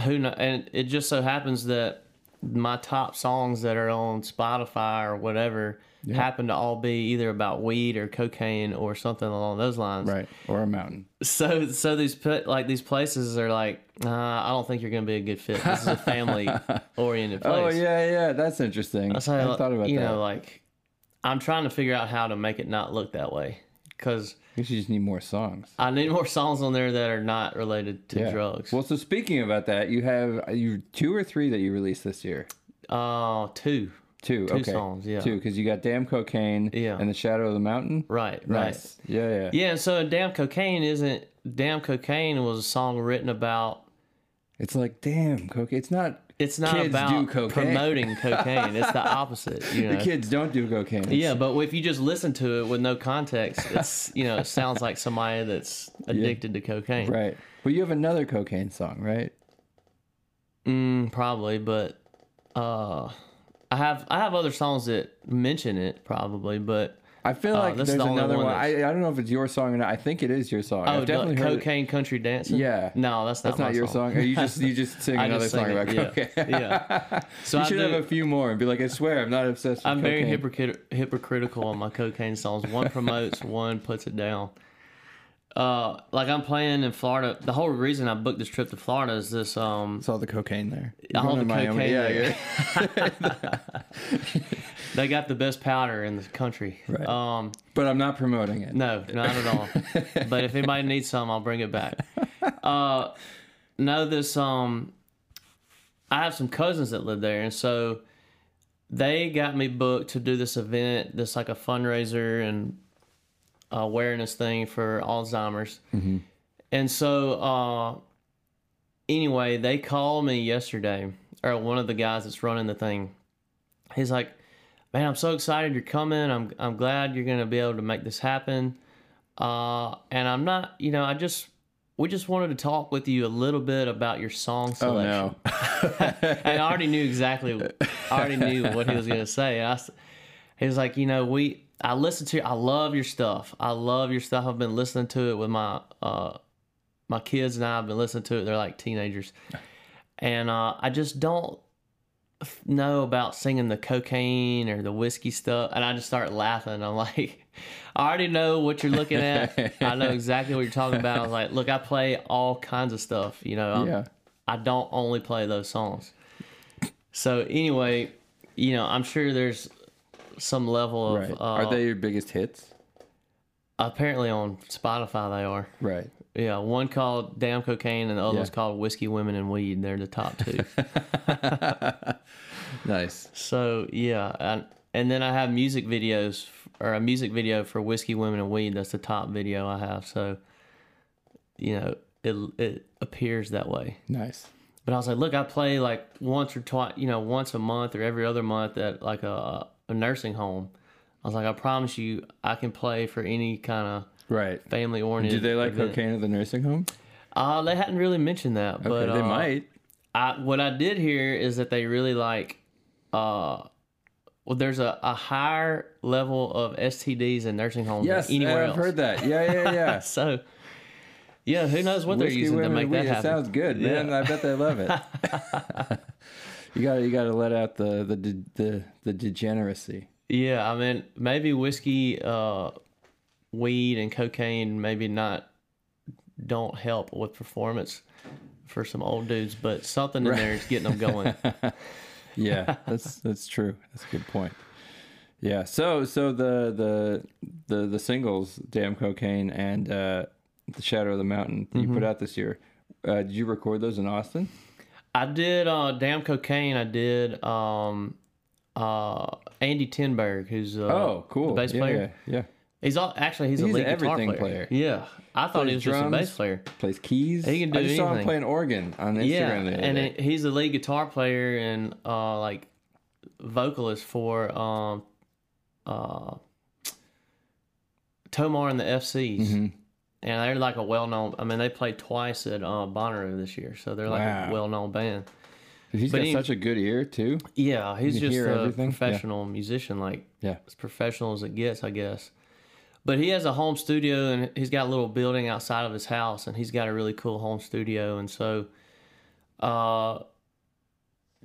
S3: who know? And it just so happens that my top songs that are on Spotify or whatever happen to all be either about weed or cocaine or something along those lines.
S1: right or a mountain
S3: So, so these put like these places are like, uh, I don't think you're gonna be a good fit. This is a family oriented place.
S1: oh yeah yeah that's interesting
S3: So,
S1: I thought about
S3: you
S1: that
S3: know, like I'm trying to figure out how to make it not look that way because
S1: I guess you just need more songs.
S3: I need more songs on there that are not related to drugs.
S1: Well, so speaking about that, you have you two or three that you released this year.
S3: Oh, two.
S1: Two,
S3: Two
S1: okay.
S3: songs, yeah.
S1: Two, because you got Damn Cocaine
S3: Yeah.
S1: and The Shadow of the Mountain.
S3: Right,
S1: Nice. Yeah, yeah.
S3: right. Yeah, and so Damn Cocaine isn't Damn Cocaine was a song written about
S1: It's like, damn, cocaine. It's not.
S3: it's not
S1: Kids
S3: about
S1: do cocaine.
S3: promoting cocaine. It's the opposite. You know?
S1: The kids don't do cocaine. It's-
S3: Yeah, but if you just listen to it with no context, it's you know, it sounds like somebody that's addicted to cocaine.
S1: Right. But you have another cocaine song, right?
S3: Mm, probably, but uh, I have I have other songs that mention it probably, but
S1: I feel
S3: Oh,
S1: like
S3: this
S1: there's
S3: is the only
S1: another
S3: one
S1: one. I,
S3: that's-
S1: I don't know if it's your song or not. I think it is your song.
S3: oh,
S1: I've definitely heard it.
S3: cocaine country dancing.
S1: Yeah.
S3: no, that's not
S1: That's not
S3: my
S1: your song. Or you just you just sing
S3: I
S1: another
S3: just sing
S1: song
S3: it,
S1: about
S3: yeah.
S1: cocaine.
S3: Yeah. So
S1: you
S3: I
S1: should
S3: do-
S1: have a few more and be like, I swear, I'm not obsessed with
S3: I'm very
S1: cocaine.
S3: hypocrit- hypocritical on my cocaine songs. One promotes, one puts it down. Uh, like I'm playing in Florida. The whole reason I booked this trip to Florida is this. Um,
S1: It's all the cocaine there.
S3: All
S1: Going to
S3: the
S1: Miami.
S3: cocaine
S1: Yeah,
S3: there.
S1: yeah.
S3: they got the best powder in the country.
S1: Right.
S3: Um,
S1: But I'm not promoting it.
S3: No, not at all. but if anybody needs some, I'll bring it back. Uh, no, this um, I have some cousins that live there, and so they got me booked to do this event, this like a fundraiser and awareness thing for Alzheimer's. And so, uh, anyway, they called me yesterday, or one of the guys that's running the thing. He's like, man, I'm so excited you're coming. I'm I'm glad you're gonna be able to make this happen. Uh, and I'm not, you know, I just we just wanted to talk with you a little bit about your song
S1: Oh
S3: selection.
S1: no.
S3: and I already knew exactly. I already knew what he was gonna say. And I s he was like, you know, we. I listen to. I love your stuff. I love your stuff. I've been listening to it with my uh, my kids and I have been listening to it. They're like teenagers, and uh, I just don't f- know about singing the cocaine or the whiskey stuff. And I just start laughing. I'm like, I already know what you're looking at. I know exactly what you're talking about. I was like, look, I play all kinds of stuff. You know, I'm-
S1: Yeah.
S3: I don't only play those songs. So anyway, you know, I'm sure there's some level of
S1: Right.
S3: uh,
S1: Are they your biggest hits?
S3: apparently on Spotify they are.
S1: Right.
S3: Yeah, one called Damn Cocaine and the other one's
S1: Yeah.
S3: called Whiskey Women and Weed. They're the top two.
S1: Nice.
S3: so yeah, and, and then I have music videos f- or a music video for Whiskey Women and Weed. That's the top video I have. So you know, it it appears that way.
S1: Nice.
S3: But I was like, look, I play like once or twice, you know, once a month or every other month at like a, a nursing home. I was like, I promise you, I can play for any kind of
S1: Right.
S3: family
S1: Do
S3: oriented.
S1: they like cocaine at the nursing home?
S3: Uh, they hadn't really mentioned that, but
S1: they
S3: uh,
S1: might.
S3: I, what I did hear is that they really like, uh, well, there's a, a higher level of STDs in nursing homes
S1: Yes,
S3: than anywhere
S1: I've
S3: else.
S1: heard that. Yeah, yeah, yeah.
S3: So, yeah, who knows what they're using to
S1: women,
S3: make
S1: weed.
S3: that happen?
S1: It sounds good, man.
S3: Yeah.
S1: I bet they love it. you got to you got to let out the the de- the the degeneracy.
S3: Yeah, I mean, maybe whiskey, uh, weed, and cocaine maybe not don't help with performance for some old dudes, but something in there is getting them going.
S1: Yeah, that's that's true. That's a good point. Yeah. So so the the the the singles, damn cocaine and uh, the shadow of the mountain that
S3: Mm-hmm.
S1: you put out this year. Uh, did you record those in Austin?
S3: I did uh, damn cocaine. I did um, uh, Andy Tinberg, who's uh,
S1: oh, cool.
S3: the Uh, bass
S1: yeah,
S3: player.
S1: Yeah. yeah.
S3: He's all, actually he's,
S1: He's
S3: a lead
S1: an
S3: guitar
S1: everything
S3: player.
S1: player.
S3: Yeah, I thought he
S1: Plays
S3: was just a
S1: drums.
S3: bass player.
S1: Plays keys.
S3: He can do
S1: I just saw him
S3: anything.
S1: playing organ on Instagram
S3: Yeah,
S1: the other
S3: and
S1: day.
S3: it, he's the lead guitar player and uh, like vocalist for um, uh, Tomar and the FCs,
S1: Mm-hmm.
S3: and they're like a well-known. I mean, they played twice at uh, Bonnaroo this year, so they're like
S1: Wow.
S3: a well-known band.
S1: He's
S3: but
S1: got
S3: he-
S1: such a good ear too.
S3: Yeah, he's
S1: You
S3: just
S1: hear
S3: a
S1: everything? Yeah.
S3: professional musician, like
S1: Yeah.
S3: as professional as it gets, I guess. But he has a home studio and he's got a little building outside of his house and he's got a really cool home studio. And so uh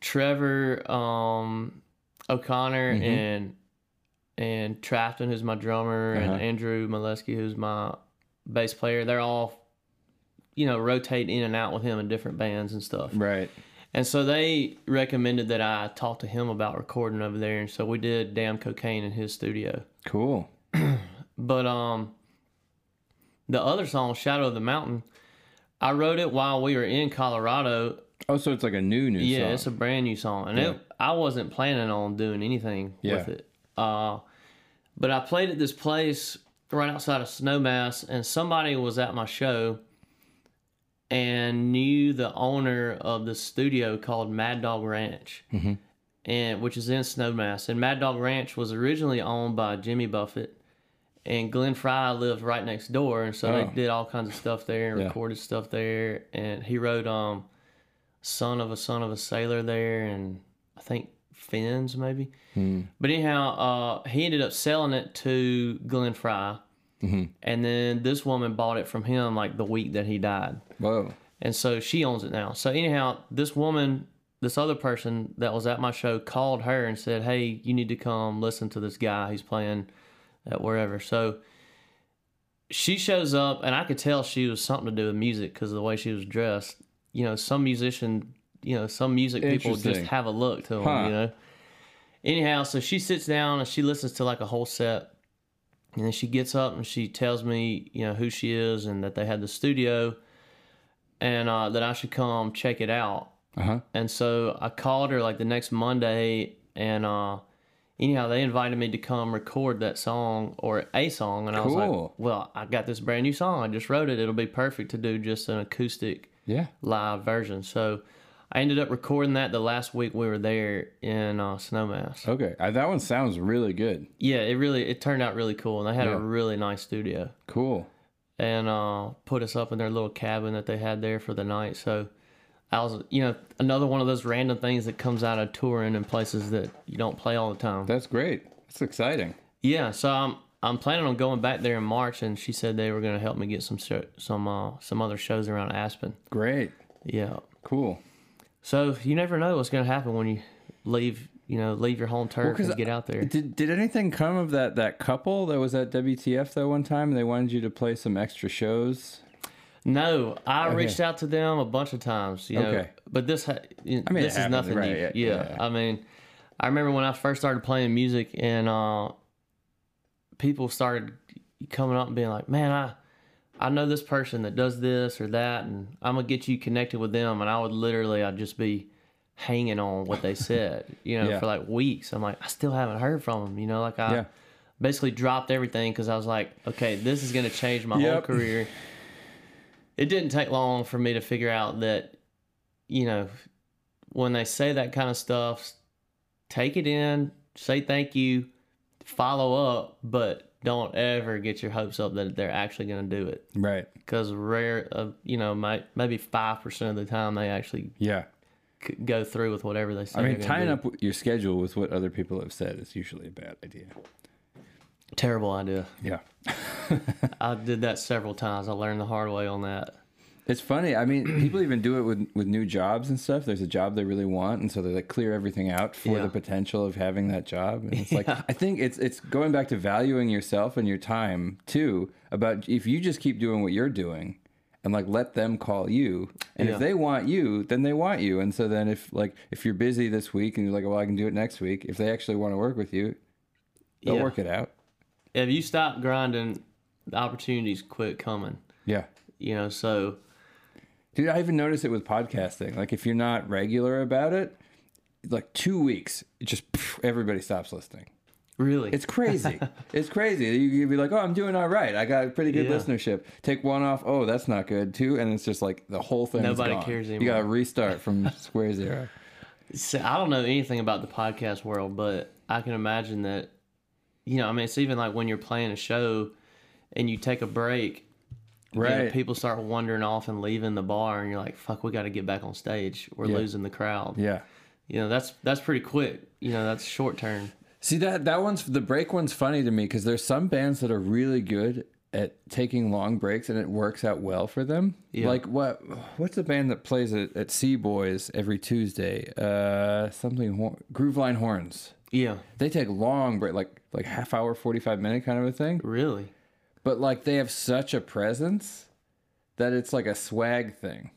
S3: Trevor um O'Connor
S1: Mm-hmm.
S3: and and Trafton who's my drummer
S1: Uh-huh.
S3: and Andrew Molesky who's my bass player, they're all you know, rotate in and out with him in different bands and stuff.
S1: Right.
S3: And so they recommended that I talk to him about recording over there. And so we did Damn Cocaine in his studio.
S1: Cool.
S3: But um, the other song, Shadow of the Mountain, I wrote it while we were in Colorado.
S1: Oh, so it's like a new new
S3: yeah,
S1: song.
S3: it's a brand new song. And it, I wasn't planning on doing anything with
S1: Yeah.
S3: it. Uh, but I played at this place right outside of Snowmass, and somebody was at my show and knew the owner of the studio called Mad Dog Ranch,
S1: Mm-hmm.
S3: and which is in Snowmass. And Mad Dog Ranch was originally owned by Jimmy Buffett, and Glenn Fry lived right next door, and so
S1: Oh.
S3: they did all kinds of stuff there and
S1: Yeah.
S3: recorded stuff there. And he wrote um, "Son of a Son of a Sailor" there, and I think Fins maybe. But anyhow, uh, he ended up selling it to Glenn Fry. And then this woman bought it from him like the week that he died.
S1: Whoa.
S3: And so she owns it now. So anyhow, this woman, this other person that was at my show called her and said, "Hey, you need to come listen to this guy. He's playing at wherever." So she shows up, and I could tell she was something to do with music because of the way she was dressed. You know, some musician, you know, some music people just
S1: Interesting.
S3: have a look to them.
S1: Huh.
S3: You know. Anyhow, so she sits down and she listens to like a whole set. And then she gets up and she tells me, you know, who she is and that they had the studio and uh, that I should come check it out.
S1: Uh huh.
S3: And so I called her like the next Monday and uh, anyhow, they invited me to come record that song or a song. And I was like,
S1: Cool.
S3: well, I got this brand new song. I just wrote it. It'll be perfect to do just an acoustic
S1: Yeah.
S3: live version. So I ended up recording that the last week we were there in uh, Snowmass.
S1: Okay. Uh, that one sounds really good.
S3: Yeah, it really it turned out really cool, and they had
S1: Yeah.
S3: a really nice studio,
S1: Cool.
S3: and uh, put us up in their little cabin that they had there for the night. So I was, you know, another one of those random things that comes out of touring in places that you don't play all the time.
S1: That's great. That's exciting.
S3: yeah, so I'm I'm planning on going back there in March, and she said they were going to help me get some show, some uh, some other shows around Aspen.
S1: Great.
S3: Yeah,
S1: Cool.
S3: so you never know what's going to happen when you leave, you know, leave your home turf
S1: 'cause
S3: and get out there.
S1: Did did anything come of that that couple that was at WTF that one time? They wanted you to play some extra shows.
S3: No, I reached out to them a bunch of times. You know,
S1: Okay.
S3: but this ha- I
S1: mean, it
S3: mean, this is
S1: happens,
S3: nothing
S1: right,
S3: new.
S1: yeah,
S3: Yeah,
S1: yeah.
S3: I mean, I remember when I first started playing music, and uh, people started coming up and being like, "Man, I." I know this person that does this or that, and I'm gonna get you connected with them. And I would literally, I'd just be hanging on what they said, you know,
S1: Yeah.
S3: for like weeks. I'm like, I still haven't heard from them, you know, like I
S1: Yeah.
S3: basically dropped everything because I was like, okay, this is gonna change my whole
S1: Yep.
S3: career. It didn't take long for me to figure out that, you know, when they say that kind of stuff, take it in, say thank you, follow up, but don't ever get your hopes up that they're actually gonna do it
S1: Right.
S3: because rare, uh, you know, might, maybe five percent of the time they actually
S1: Yeah.
S3: c- go through with whatever they say.
S1: I mean,
S3: they're gonna
S1: tying
S3: do.
S1: up your schedule with what other people have said is usually a bad idea.
S3: terrible idea.
S1: Yeah.
S3: I did that several times. I learned the hard way on that.
S1: It's funny. I mean, people even do it with with new jobs and stuff. There's a job they really want, and so they like clear everything out for
S3: Yeah.
S1: the potential of having that job. And it's like I think it's it's going back to valuing yourself and your time too. About if you just keep doing what you're doing, and like let them call you, and
S3: Yeah.
S1: if they want you, then they want you. And so then if like if you're busy this week and you're like, well, I can do it next week. If they actually want to work with you, they'll
S3: Yeah.
S1: work it out.
S3: If you stop grinding, the opportunities quit coming.
S1: Yeah.
S3: You know, so
S1: Dude, I even notice it with podcasting. Like, if you're not regular about it, like two weeks, it just pff, everybody stops listening.
S3: Really?
S1: It's crazy. it's crazy. You could be like, oh, I'm doing all right. I got pretty good
S3: Yeah.
S1: listenership. Take one off. Oh, that's not good. Two, and it's just like the whole thing.
S3: Nobody cares
S1: You
S3: anymore.
S1: got to restart from square zero.
S3: So I don't know anything about the podcast world, but I can imagine that, you know, I mean, it's even like when you're playing a show and you take a break, you know,
S1: Right.
S3: people start wandering off and leaving the bar, and you're like, "Fuck, we got to get back on stage. We're losing the crowd."
S1: yeah.
S3: You know, that's that's pretty quick. You know, that's short term.
S1: See that that one's the break one's funny to me because there's some bands that are really good at taking long breaks and it works out well for them.
S3: Yeah.
S1: Like what what's the band that plays at, at Sea Boys every Tuesday? Uh, something hor- Grooveline Horns.
S3: Yeah,
S1: They take long break, like like half hour, forty five minute kind of a thing.
S3: really.
S1: But like they have such a presence that it's like a swag thing.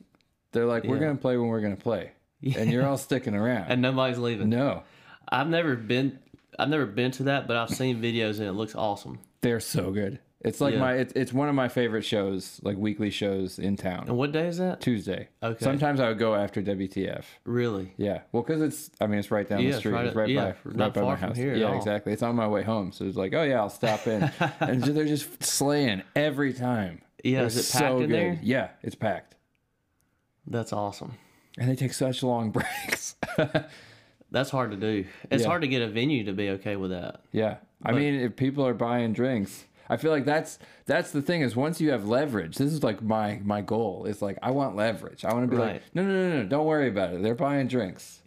S1: They're like, we're
S3: Yeah.
S1: gonna play when we're gonna play, and you're all sticking around.
S3: And nobody's leaving.
S1: no,
S3: I've never been. I've never been to that, but I've seen videos and it looks awesome.
S1: They're so good. It's like
S3: Yeah.
S1: my it's, it's one of my favorite shows, like weekly shows in town.
S3: And what day is that?
S1: Tuesday.
S3: Okay.
S1: Sometimes I would go after WTF.
S3: Really?
S1: Yeah. Well, because it's I mean it's right down
S3: Yeah,
S1: the
S3: it's
S1: street.
S3: right
S1: It's right
S3: up- yeah,
S1: by
S3: f-
S1: right
S3: not
S1: by
S3: far
S1: my
S3: from
S1: house.
S3: here at
S1: yeah,
S3: all.
S1: exactly. It's on my way home, so it's like oh yeah I'll stop in, and they're just slaying every time.
S3: Yeah,
S1: They're
S3: is it packed in there?
S1: Yeah, it's packed,
S3: That's awesome.
S1: and they take such long breaks.
S3: That's hard to do. It's
S1: Yeah.
S3: hard to get a venue to be okay with that.
S1: Yeah. I mean, if people are buying drinks, I feel like that's that's the thing is once you have leverage, this is like my my goal. It's like I want leverage. I want to be like,
S3: Right.
S1: no, no, no, no, don't worry about it. They're buying drinks.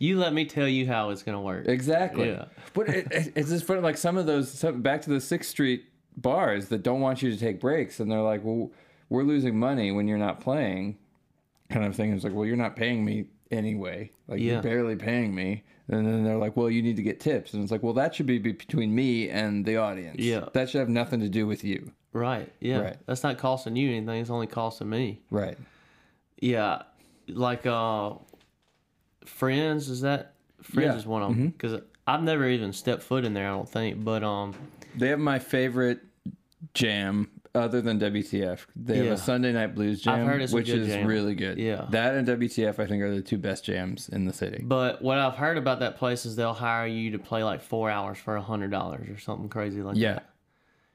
S3: You let me tell you how it's gonna work.
S1: Exactly.
S3: Yeah.
S1: But it, it, it's just funny. Like some of those some, back to the Sixth Street bars that don't want you to take breaks, and they're like, well, we're losing money when you're not playing, kind of thing. It's like, well, you're not paying me anyway. Like
S3: Yeah.
S1: you're barely paying me. And then they're like, well, you need to get tips, and it's like, well, that should be be between me and the audience.
S3: Yeah.
S1: that should have nothing to do with you.
S3: Right. Yeah.
S1: Right.
S3: That's not costing you anything. It's only costing me.
S1: Right.
S3: Yeah. Like uh, friends is that friends
S1: Yeah. Mm-hmm.
S3: is one of them because I've never even stepped foot in there. I don't think. But um,
S1: They have my favorite jam other than WTF. They have
S3: Yeah.
S1: a Sunday night blues jam,
S3: heard it's a
S1: which
S3: good
S1: is
S3: jam.
S1: really good.
S3: Yeah.
S1: that and WTF I think are the two best jams in the city.
S3: but what I've heard about that place is they'll hire you to play like four hours for a hundred dollars or something crazy like
S1: Yeah,
S3: that.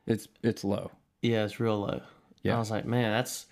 S1: it's it's low.
S3: Yeah, it's real low.
S1: Yeah.
S3: I was like, man, that's.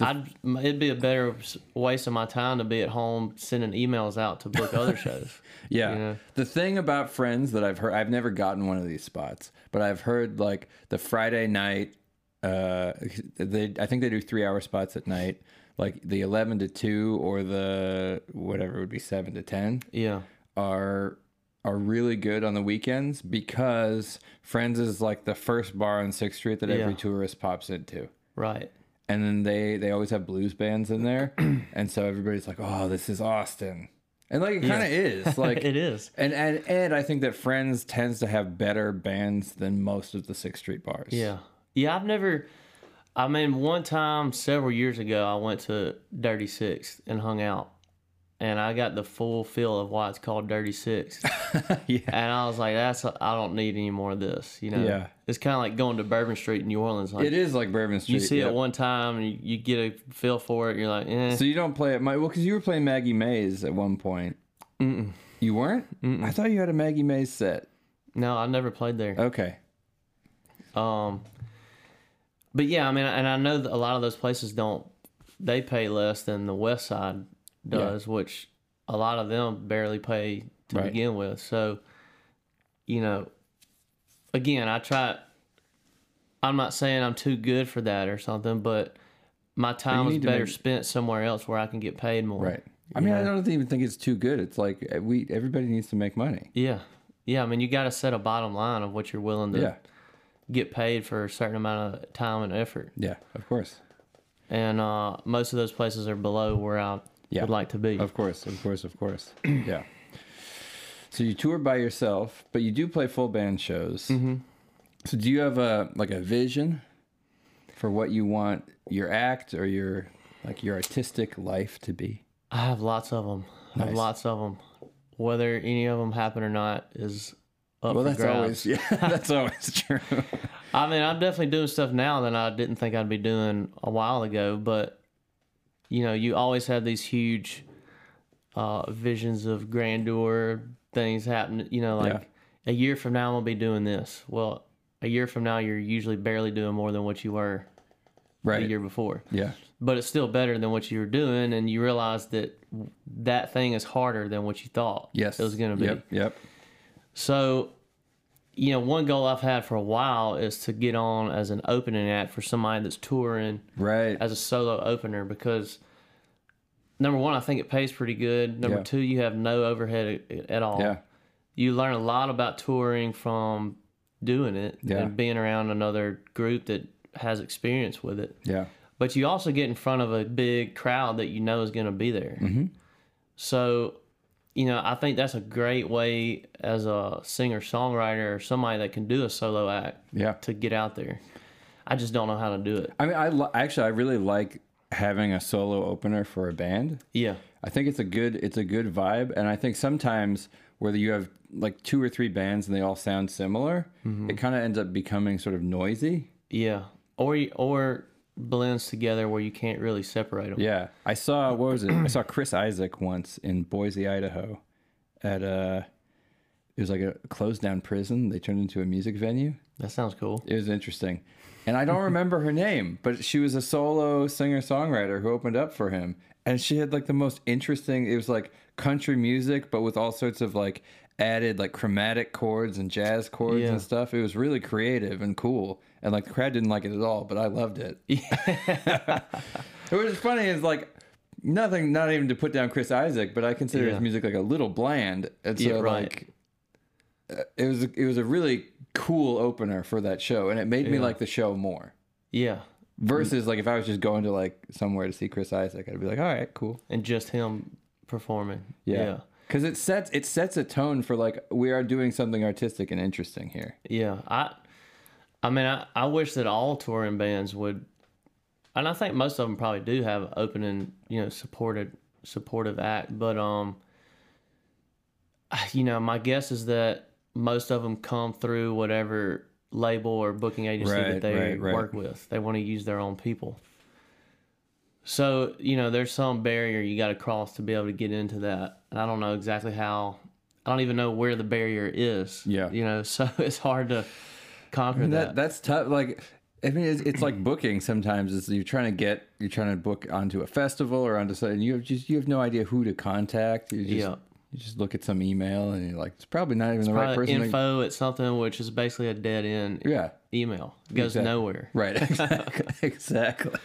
S3: I'd, it'd be a better s- waste of my time to be at home sending emails out to book other shows.
S1: Yeah.
S3: Yeah.
S1: The thing about friends that I've heard, I've never gotten one of these spots, but I've heard like the Friday night, uh, they, I think they do three hour spots at night, like the 11 to 2 or the whatever would be 7 to 10.
S3: Yeah,
S1: are are really good on the weekends because Friends is like the first bar on Sixth Street that every
S3: Yeah.
S1: tourist pops into.
S3: right.
S1: And then they they always have blues bands in there, and so everybody's like, "Oh, this is Austin," and like it kind of is. Like
S3: It is.
S1: And and and I think that Friends tends to have better bands than most of the Sixth Street bars.
S3: Yeah. Yeah, I've never I mean one time several years ago I went to Dirty Sixth and hung out. And I got the full feel of why it's called Dirty Sixth.
S1: Yeah.
S3: And I was like, that's I I don't need any more of this, you know.
S1: Yeah.
S3: It's kinda like going to Bourbon Street in New Orleans. Like
S1: it is like Bourbon Street.
S3: you see
S1: yeah.
S3: it one time and you, you get a feel for it, you're like, eh.
S1: So you don't play it, my well, because you were playing Maggie Mays at one point. You weren't. I thought you had a Maggie Mays set.
S3: no, I've never played there.
S1: Okay. Uh,
S3: Um, but yeah, I mean, and I know that a lot of those places don't they pay less than the West Side does, which a lot of them barely pay to
S1: Right.
S3: begin with. So, you know, again, I try. I'm not saying I'm too good for that or something, but my time is
S1: need to
S3: better
S1: make-
S3: spent somewhere else where I can get paid more.
S1: Right. I mean, I don't even think it's too good. It's like uh, we everybody needs to make money.
S3: Yeah. Yeah. I mean, you got to set a bottom line of what you're willing to
S1: Yeah.
S3: get paid for a certain amount of time and effort.
S1: Yeah. Of course.
S3: and uh, most of those places are below where I
S1: Yeah.
S3: would like to be.
S1: Of course. Of course. Of course. yeah. So you tour by yourself, but you do play full band shows. Mm-hmm. So do you have a like a vision for what you want your act or your like your artistic life to be?
S3: I have lots of them. I have
S1: Nice.
S3: lots of them. Whether any of them happen or not is up
S1: Well,
S3: for
S1: that's
S3: grabs.
S1: always yeah, that's always true.
S3: I mean, I'm definitely doing stuff now that I didn't think I'd be doing a while ago. But you know, you always have these huge uh, visions of grandeur, things happen. You know, like
S1: Yeah.
S3: a year from now I'm gonna be doing this. Well, a year from now you're usually barely doing more than what you were the
S1: Right.
S3: year before.
S1: Yeah.
S3: But it's still better than what you were doing, and you realize that that thing is harder than what you thought
S1: Yes.
S3: it was gonna be.
S1: Yep. Yep.
S3: So, you know, one goal I've had for a while is to get on as an opening act for somebody that's touring
S1: Right.
S3: as a solo opener because number one, I think it pays pretty good. Number
S1: Yeah.
S3: two, you have no overhead a- at all.
S1: yeah.
S3: You learn a lot about touring from doing it
S1: Yeah.
S3: and being around another group that has experience with it.
S1: Yeah.
S3: But you also get in front of a big crowd that you know is going to be there.
S1: Mm-hmm.
S3: So, you know, I think that's a great way as a singer songwriter or somebody that can do a solo act
S1: Yeah.
S3: to get out there. I just don't know how to do it.
S1: I mean, I li- actually I really like having a solo opener for a band.
S3: Yeah.
S1: I think it's a good it's a good vibe, and I think sometimes whether you have like two or three bands and they all sound similar, it kind of ends up becoming sort of noisy.
S3: Yeah. Or or blends together where you can't really separate them.
S1: Yeah, I saw what was it? I saw Chris Isaac once in Boise, Idaho, at a it was like a closed down prison. They turned into a music venue.
S3: That sounds cool.
S1: It was interesting. And I don't remember her name, but she was a solo singer songwriter who opened up for him. And she had like the most interesting, it was like country music, but with all sorts of like added like chromatic chords and jazz chords
S3: Yeah.
S1: and stuff. It was really creative and cool. And like the crowd didn't like it at all, but I loved it. What was funny is like nothing, not even to put down Chris Isaac, but I consider
S3: Yeah.
S1: his music like a little bland. And so
S3: Yeah, right.
S1: like uh, it was it was a really cool opener for that show, and it made me like the show more.
S3: Yeah.
S1: Versus like if I was just going to like somewhere to see Chris Isaac, I'd be like, all right, cool,
S3: And just him performing.
S1: yeah. Because it sets it sets a tone for like we are doing something artistic and interesting here.
S3: Yeah, I, I mean, I, I wish that all touring bands would, and I think most of them probably do have opening, you know, supported supportive act. But um, you know, my guess is that most of them come through whatever label or booking agency
S1: Right,
S3: that they
S1: right, right.
S3: work with. They want to use their own people. So you know, there's some barrier you got to cross to be able to get into that, and I don't know exactly how. I don't even know where the barrier is.
S1: Yeah.
S3: you know, so it's hard to conquer
S1: That
S3: that.
S1: that's tough. Like, I mean, it's, it's like booking. Sometimes is you're trying to get you're trying to book onto a festival or onto something. You have just you have no idea who to contact. You just,
S3: Yeah.
S1: You just look at some email and you're like, it's probably not even the right
S3: Uh,
S1: person. to-
S3: info at something which is basically a dead end
S1: yeah.
S3: email. It goes
S1: Exactly.
S3: nowhere.
S1: Right. Exactly. exactly.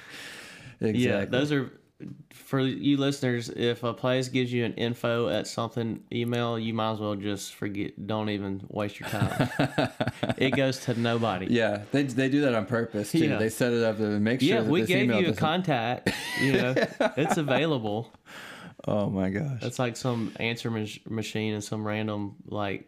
S1: Exactly.
S3: Yeah, those are for you listeners. If a place gives you an info at something email, you might as well just forget. Don't even waste your time. it goes to nobody.
S1: Yeah, they, they do that on purpose too.
S3: Yeah.
S1: They set it up to make sure
S3: Yeah,
S1: that
S3: we
S1: this
S3: gave
S1: email
S3: you a
S1: doesn't-
S3: contact. You know, it's available.
S1: Oh my gosh,
S3: It's like some answer mach- machine and some random like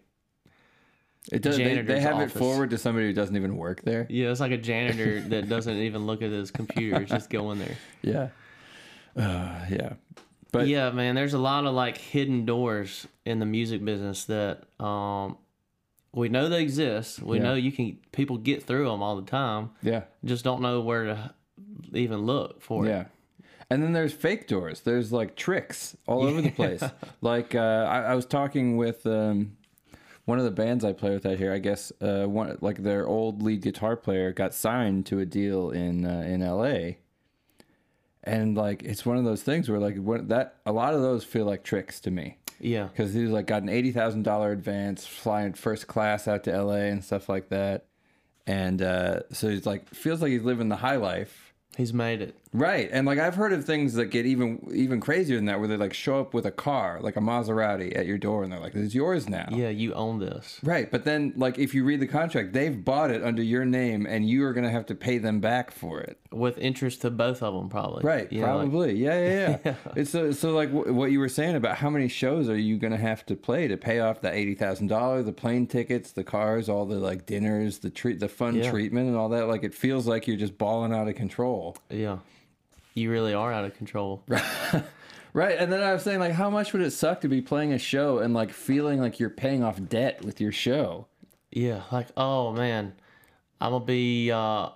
S1: it does. They, they
S3: janitor's
S1: have
S3: office.
S1: it forward to somebody who doesn't even work there.
S3: yeah, it's like a janitor that doesn't even look at his computer. It's just going there.
S1: Yeah, uh, yeah, but
S3: yeah, man, there's a lot of like hidden doors in the music business that um we know they exist. We
S1: Yeah.
S3: know you can people get through them all the time.
S1: yeah.
S3: Just don't know where to even look for it.
S1: Yeah. And then there's fake doors. There's like tricks all over the place. Like uh, I, I was talking with um, one of the bands I play with out here. I guess uh, one like their old lead guitar player got signed to a deal in uh, in L.A. And like it's one of those things where like what that a lot of those feel like tricks to me
S3: Yeah.
S1: because he was like got an eighty thousand dollar advance, flying first class out to L.A. and stuff like that. And uh, so he's like feels like he's living the high life.
S3: He's made it.
S1: Right, and like I've heard of things that get even even crazier than that, where they like show up with a car, like a Maserati, at your door, and they're like, "It's yours now."
S3: Yeah, you own this.
S1: Right, but then like if you read the contract, they've bought it under your name, and you are gonna have to pay them back for it.
S3: With interest to both of them probably.
S1: Right,
S3: You know, like-
S1: probably. yeah, yeah, yeah. It's so so like w- what you were saying about how many shows are you gonna have to play to pay off the eighty thousand dollars, the plane tickets, the cars, all the like dinners, the treat, the fun
S3: Yeah.
S1: treatment, and all that. Like it feels like you're just balling out of control.
S3: yeah. You really are out of control.
S1: Right, and then I was saying like, how much would it suck to be playing a show and like feeling like you're paying off debt with your show?
S3: Yeah, like oh man, I'm gonna be uh,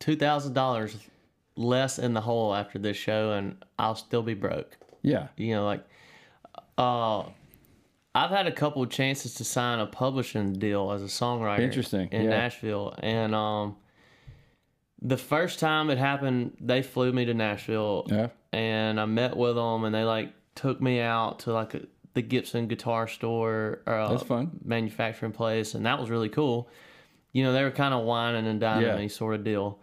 S3: two thousand dollars less in the hole after this show, and I'll still be broke.
S1: Yeah,
S3: You know, like uh, I've had a couple chances to sign a publishing deal as a songwriter.
S1: Interesting,
S3: In
S1: yeah.
S3: Nashville, and um, the first time it happened, they flew me to Nashville,
S1: Yeah.
S3: and I met with them, and they like took me out to like a, the Gibson guitar store. Or, uh,
S1: That's fun.
S3: Manufacturing place, and that was really cool. You know, they were kind of whining and dining
S1: Yeah.
S3: me sort of deal.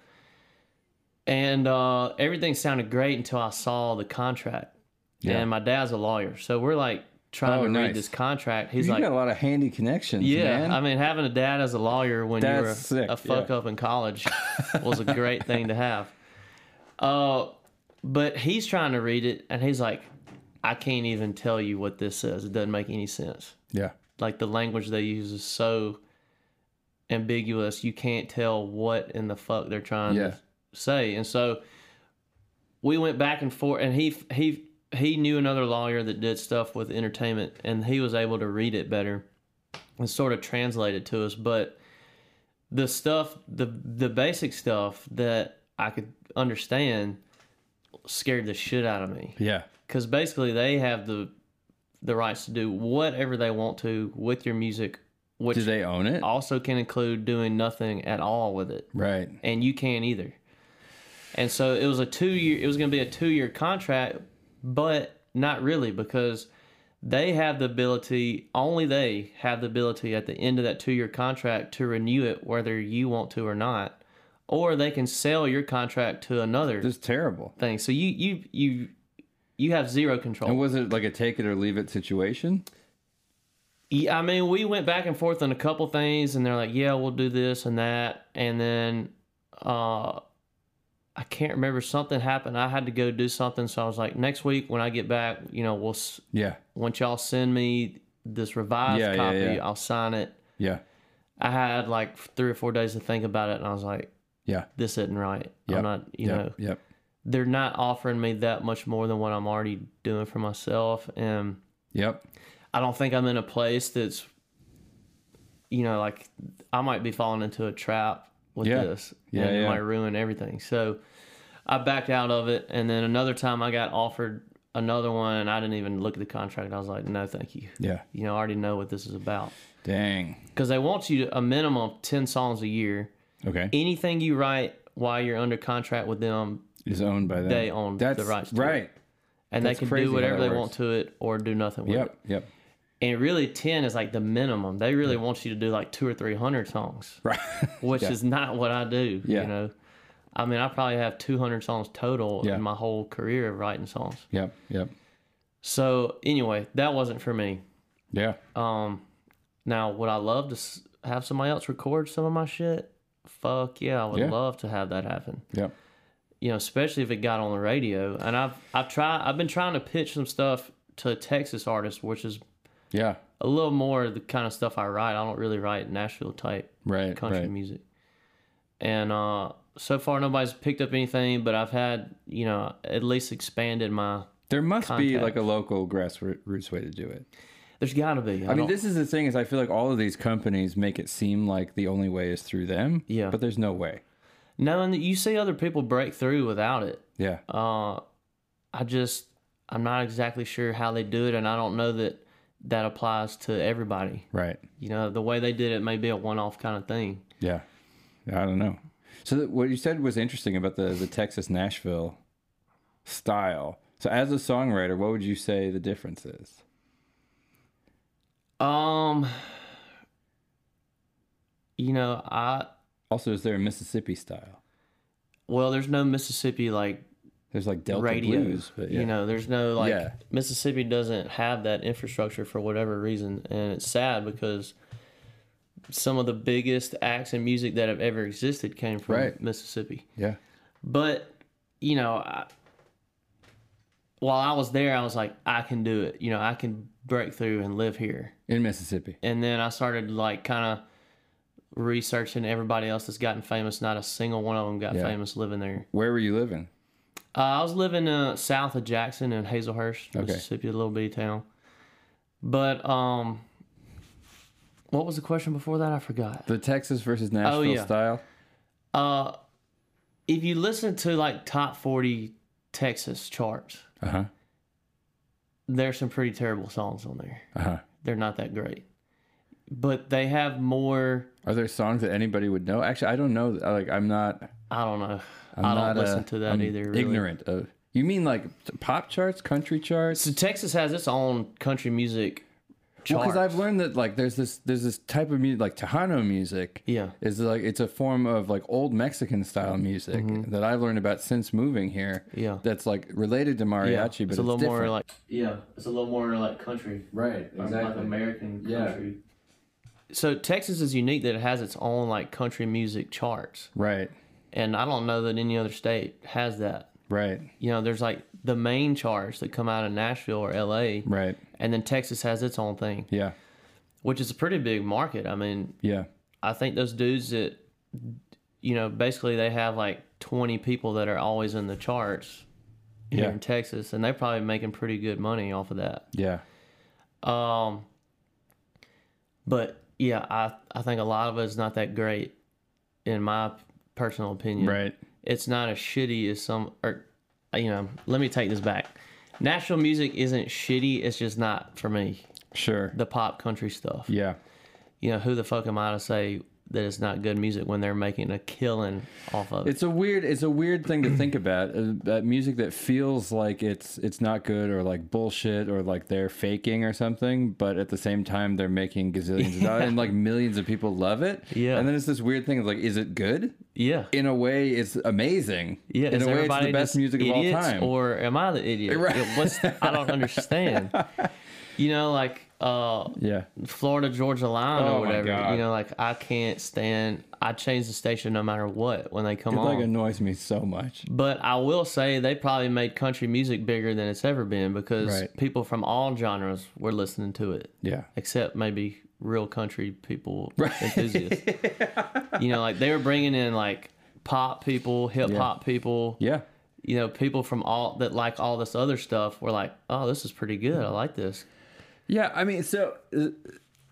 S3: And uh, everything sounded great until I saw the contract.
S1: Yeah.
S3: And my dad's a lawyer, so we're like trying
S1: Oh,
S3: to
S1: nice.
S3: read this contract. He's
S1: you
S3: like,
S1: got a lot of handy connections.
S3: yeah,
S1: man.
S3: I mean, having a dad as a lawyer when you were
S1: That's sick,
S3: a fuck
S1: yeah.
S3: up in college was a great thing to have. Uh, but he's trying to read it, and he's like, I can't even tell you what this says. It doesn't make any sense
S1: yeah.
S3: like the language they use is so ambiguous you can't tell what in the fuck they're trying
S1: Yeah.
S3: to say and so we went back and forth and he he he knew another lawyer that did stuff with entertainment and he was able to read it better and sort of translate it to us but the stuff the the basic stuff that i could understand scared the shit out of me
S1: Yeah.
S3: because basically they have the the rights to do whatever they want to with your music, which
S1: Do they own it?
S3: also can include doing nothing at all with it,
S1: Right.
S3: and you can't either. And so it was a two year. It was going to be a two year contract, but not really because they have the ability. Only they have the ability at the end of that two year contract to renew it, whether you want to or not, or they can sell your contract to another
S1: This is terrible.
S3: thing. So you you you you have zero control.
S1: And was it like a take it or leave it situation?
S3: Yeah, I mean, we went back and forth on a couple things, and they're like, "Yeah, we'll do this and that," and then uh, I can't remember something happened. I had to go do something, so I was like, "Next week when I get back, you know, we'll s-
S1: Yeah.
S3: once y'all send me this revised
S1: Yeah, yeah,
S3: copy,
S1: yeah.
S3: I'll sign it."
S1: Yeah.
S3: I had like three or four days to think about it, and I was like,
S1: Yeah.
S3: "This isn't right.
S1: Yep.
S3: I'm not, you
S1: yep.
S3: know."
S1: Yep.
S3: They're not offering me that much more than what I'm already doing for myself, and
S1: Yep.
S3: I don't think I'm in a place that's, you know, like I might be falling into a trap with
S1: Yeah.
S3: this.
S1: Yeah,
S3: and It
S1: yeah.
S3: might ruin everything. So I backed out of it. And then another time I got offered another one and I didn't even look at the contract. I was like, no, thank you.
S1: Yeah.
S3: You know, I already know what this is about.
S1: Dang.
S3: Because they want you to, a minimum of 10 songs a year.
S1: Okay.
S3: Anything you write while you're under contract with them,
S1: Is owned by them.
S3: They own the
S1: That's
S3: rights to it.
S1: Right.
S3: and
S1: That's
S3: they can
S1: crazy
S3: do
S1: how
S3: whatever
S1: that
S3: they want
S1: works.
S3: to it or do nothing with it.
S1: Yep. Yep.
S3: And really, 10 is like the minimum. They really want you to do like two or 300 songs.
S1: Right.
S3: which is not what I do.
S1: Yeah.
S3: You know, I mean, I probably have 200 songs total
S1: Yeah.
S3: in my whole career of writing songs.
S1: yep. Yep.
S3: So anyway, that wasn't for me.
S1: Yeah.
S3: Um, now would I love to s- have somebody else record some of my shit? Fuck yeah, I would
S1: Yeah.
S3: love to have that happen.
S1: Yep.
S3: You know, especially if it got on the radio. And I've I've tried I've been trying to pitch some stuff to Texas artists, which is
S1: Yeah.
S3: a little more the kind of stuff I write. I don't really write Nashville type
S1: Right.
S3: country
S1: right.
S3: music. And uh, so far, nobody's picked up anything, but I've had, you know, at least expanded my.
S1: There must be
S3: contact.
S1: like a local grassroots way to do it.
S3: There's got to be.
S1: I mean,
S3: don't-
S1: this is the thing is I feel like all of these companies make it seem like the only way is through them.
S3: Yeah.
S1: But there's no way.
S3: knowing that you see other people break through without it,
S1: Yeah.
S3: uh, I just, I'm not exactly sure how they do it, and I don't know that that applies to everybody.
S1: Right.
S3: You know, the way they did it may be a one off kind of thing.
S1: Yeah. I don't know. So that what you said was interesting about the the Texas Nashville style. So as a songwriter, what would you say the difference is?
S3: Um, you know, I,
S1: Also, is there a Mississippi style?
S3: well, there's no Mississippi like
S1: There's like Delta
S3: radio.
S1: blues, but yeah.
S3: You know, there's no like
S1: Yeah.
S3: Mississippi doesn't have that infrastructure for whatever reason, and it's sad because some of the biggest acts in music that have ever existed came from
S1: Right.
S3: Mississippi.
S1: yeah.
S3: But you know, I, while I was there, I was like, I can do it. You know, I can break through and live here.
S1: In Mississippi.
S3: And then I started like kind of researching everybody else that's gotten famous. Not a single one of them got
S1: Yeah.
S3: famous living there.
S1: Where were you living?
S3: Uh, I was living uh, south of Jackson in Hazelhurst,
S1: Okay.
S3: Mississippi, a little bitty town. But um, what was the question before that? I forgot.
S1: The Texas versus Nashville
S3: Oh, yeah.
S1: style?
S3: Uh, if you listen to like top forty Texas charts,
S1: Uh-huh.
S3: there's some pretty terrible songs on there.
S1: Uh-huh.
S3: they're not that great, but they have more.
S1: Are there songs that anybody would know? Actually, I don't know. Like, I'm not.
S3: I don't know.
S1: I'm
S3: I'm I do
S1: not
S3: not
S1: uh,
S3: listen to that
S1: I'm
S3: either. Really.
S1: Ignorant of. You mean like t- pop charts, country charts?
S3: So Texas has its own country music chart.
S1: Because I've learned that like there's this there's this type of music like Tejano music.
S3: Yeah.
S1: Is like it's a form of like old Mexican style music that I've learned about since moving here.
S3: Mm-hmm. Yeah.
S1: That's like related to mariachi,
S3: yeah,
S1: but it's,
S3: it's a little
S1: different.
S3: more like yeah, it's a little more like country,
S1: right.
S3: American
S1: Yeah. country.
S3: So Texas is unique that it has its own like country music charts,
S1: Right.
S3: and I don't know that any other state has that.
S1: Right.
S3: You know, there's like the main charts that come out of Nashville or L.A.
S1: Right.
S3: and then Texas has its own thing,
S1: Yeah.
S3: which is a pretty big market. I mean,
S1: Yeah.
S3: I think those dudes that, you know, basically they have like 20 people that are always in the charts here
S1: Yeah.
S3: in Texas, and they're probably making pretty good money off of that.
S1: Yeah.
S3: Um, but yeah, I, I think a lot of it's not that great, in my personal opinion.
S1: Right.
S3: It's not as shitty as some, or, you know, let me take this back. National music isn't shitty, it's just not for me.
S1: Sure.
S3: The pop country stuff
S1: yeah.
S3: you know, who the fuck am I to say that it's not good music when they're making a killing off of it?
S1: It's a weird it's a weird thing to think about. uh, That music that feels like it's it's not good or like bullshit or like they're faking or something, but at the same time they're making gazillions of dollars and like millions of people love it.
S3: Yeah.
S1: And then it's this weird thing of like, is it good?
S3: yeah.
S1: In a way, it's amazing.
S3: Yeah,
S1: In
S3: is
S1: a way, it's the
S3: everybody
S1: best
S3: just
S1: music of all
S3: idiots,
S1: time.
S3: Or am I the idiot?
S1: Right.
S3: It- What's I don't understand. you know, like uh,
S1: yeah.
S3: Florida Georgia Line
S1: Oh
S3: or
S1: my
S3: whatever.
S1: God.
S3: You know, like I can't stand. I change the station no matter what when they come
S1: It
S3: on.
S1: like annoys me so much.
S3: But I will say they probably made country music bigger than it's ever been because
S1: Right.
S3: people from all genres were listening to it.
S1: Yeah.
S3: except maybe real country people enthusiasts. You know, like they were bringing in like pop people, hip hop people.
S1: Yeah.
S3: You know, people from all that like all this other stuff were like, "Oh, this is pretty good. I like this."
S1: Yeah, I mean, so uh,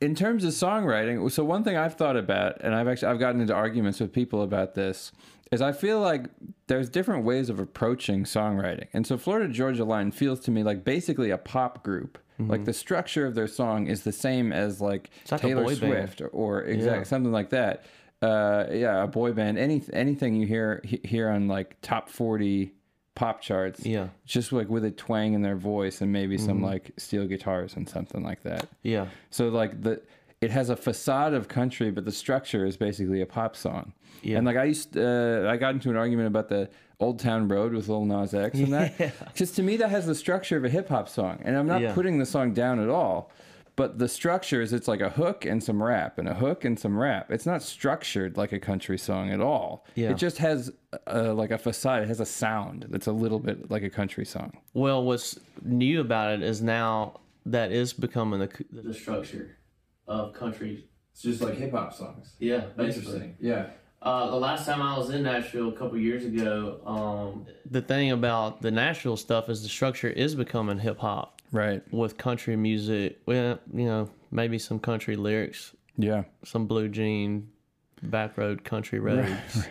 S1: in terms of songwriting, so one thing I've thought about, and I've actually I've gotten into arguments with people about this, is I feel like there's different ways of approaching songwriting, and so Florida Georgia Line feels to me like basically a pop group. Like the structure of their song is the same as like
S3: Mm-hmm. like a
S1: Taylor
S3: boy band.
S1: Swift or, or exactly something like that. Uh, yeah, a boy band. Any anything you hear he- hear on like top forty pop charts.
S3: Yeah.
S1: just like with a twang in their voice and maybe some like steel guitars and something like that.
S3: Yeah,
S1: So like the it has a facade of country, but the structure is basically a pop song.
S3: Yeah.
S1: And like I used, uh, I got into an argument about the Old Town Road with Lil Nas X and that. Because to me, that has the structure of a hip hop song, and I'm not
S3: Yeah.
S1: putting the song down at all. But the structure is it's like a hook and some rap, and a hook and some rap. It's not structured like a country song at all.
S3: Yeah.
S1: It just has uh like a facade. It has a sound that's a little bit like a country song.
S3: Well, what's new about it is now that is becoming the the structure of country.
S1: It's just like hip hop songs.
S3: Yeah,
S1: Yeah.
S3: Uh, the last time I was in Nashville a couple years ago, um, the thing about the Nashville stuff is the structure is becoming hip hop
S1: Right.
S3: with country music. Well, you know, maybe some country lyrics,
S1: Yeah.
S3: some blue jean, back road country roads,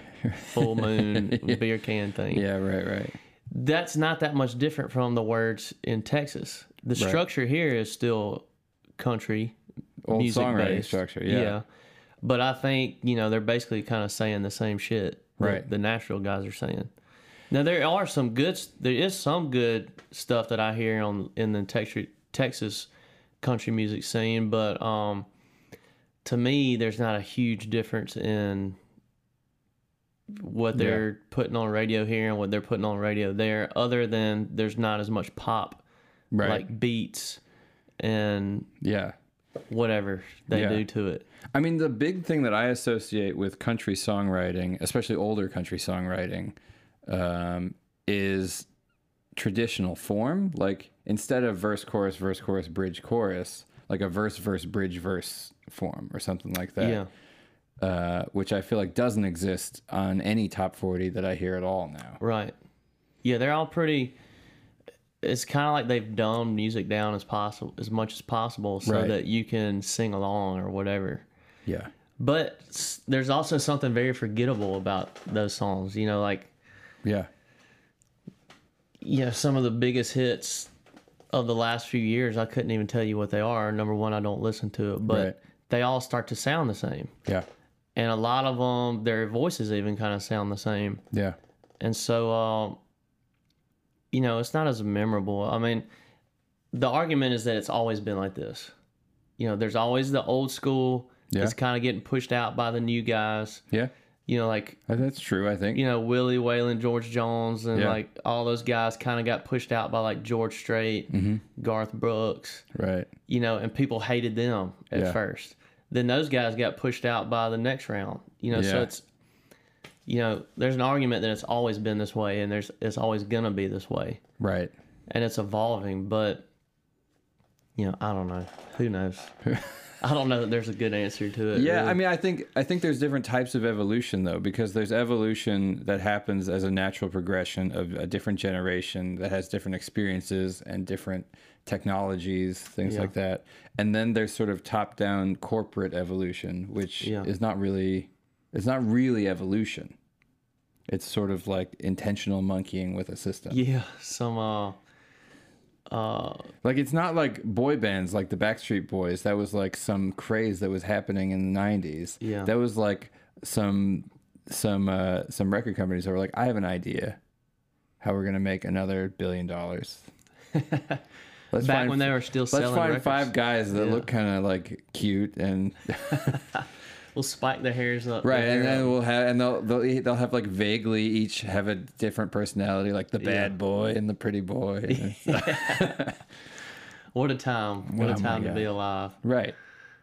S3: full moon, beer can thing.
S1: Yeah. Right. Right.
S3: That's not that much different from the words in Texas. The structure here is still country
S1: Old
S3: music
S1: songwriting
S3: based.
S1: structure. Yeah.
S3: But I think, you know, they're basically kind of saying the same shit that
S1: Right.
S3: the Nashville guys are saying. Now there are some good s- there is some good stuff that I hear on in the Texas Texas country music scene, but um to me there's not a huge difference in what they're putting on radio here and what they're putting on radio there other than there's not as much pop
S1: Right.
S3: like beats and
S1: yeah.
S3: whatever they
S1: Yeah.
S3: do to it.
S1: I mean, the big thing that I associate with country songwriting, especially older country songwriting, um, is traditional form. Like instead of verse, chorus, verse, chorus, bridge, chorus, like a verse, verse, bridge, verse form or something like that.
S3: Yeah.
S1: Uh, which I feel like doesn't exist on any top 40 that I hear at all now.
S3: Right. Yeah, they're all pretty. It's kind of like they've dumbed music down as possible, as much as possible, so
S1: Right.
S3: that you can sing along or whatever.
S1: Yeah.
S3: But s- there's also something very forgettable about those songs. You know, like
S1: Yeah.
S3: you know some of the biggest hits of the last few years, I couldn't even tell you what they are. Number one, I don't listen to it, but
S1: Right.
S3: they all start to sound the same,
S1: Yeah.
S3: and a lot of them, their voices even kind of sound the same.
S1: Yeah.
S3: And so, uh, you know, it's not as memorable. I mean, the argument is that it's always been like this. You know, there's always the old school
S1: Yeah.
S3: that's kind of getting pushed out by the new guys.
S1: Yeah.
S3: You know, like,
S1: Uh, That's true, I think.
S3: you know, Willie Whalen, George Jones, and
S1: Yeah.
S3: like all those guys kind of got pushed out by like George Strait,
S1: Mm-hmm.
S3: Garth Brooks,
S1: Right.
S3: you know, and people hated them at
S1: Yeah.
S3: first. Then those guys got pushed out by the next round. You know,
S1: Yeah.
S3: so it's you know, there's an argument that it's always been this way and there's it's always gonna be this way.
S1: Right.
S3: And it's evolving, but you know, I don't know. Who knows? I don't know that there's a good answer to it.
S1: Yeah,
S3: really.
S1: I mean, I think I think there's different types of evolution though, because there's evolution that happens as a natural progression of a different generation that has different experiences and different technologies, things
S3: Yeah.
S1: like that. And then there's sort of top-down corporate evolution, which
S3: Yeah.
S1: is not really it's not really evolution. It's sort of like intentional monkeying with a system.
S3: Yeah, some uh uh
S1: Like it's not like boy bands like the Backstreet Boys. That was like some craze that was happening in the '90s.
S3: Yeah.
S1: that was like some some uh, some record companies that were like, I have an idea how we're gonna make another billion dollars. Let's
S3: back
S1: find-
S3: when they were still
S1: Let's
S3: selling
S1: find
S3: records.
S1: five guys that
S3: Yeah.
S1: look kind of like cute and
S3: We'll spike their hairs up.
S1: right,
S3: their
S1: and
S3: hair
S1: then
S3: up.
S1: we'll have and they'll, e-, they'll they'll have like vaguely each have a different personality, like the bad
S3: Yeah.
S1: boy and the pretty boy.
S3: what a time. What
S1: Oh
S3: a
S1: my
S3: time to
S1: God.
S3: be alive.
S1: Right.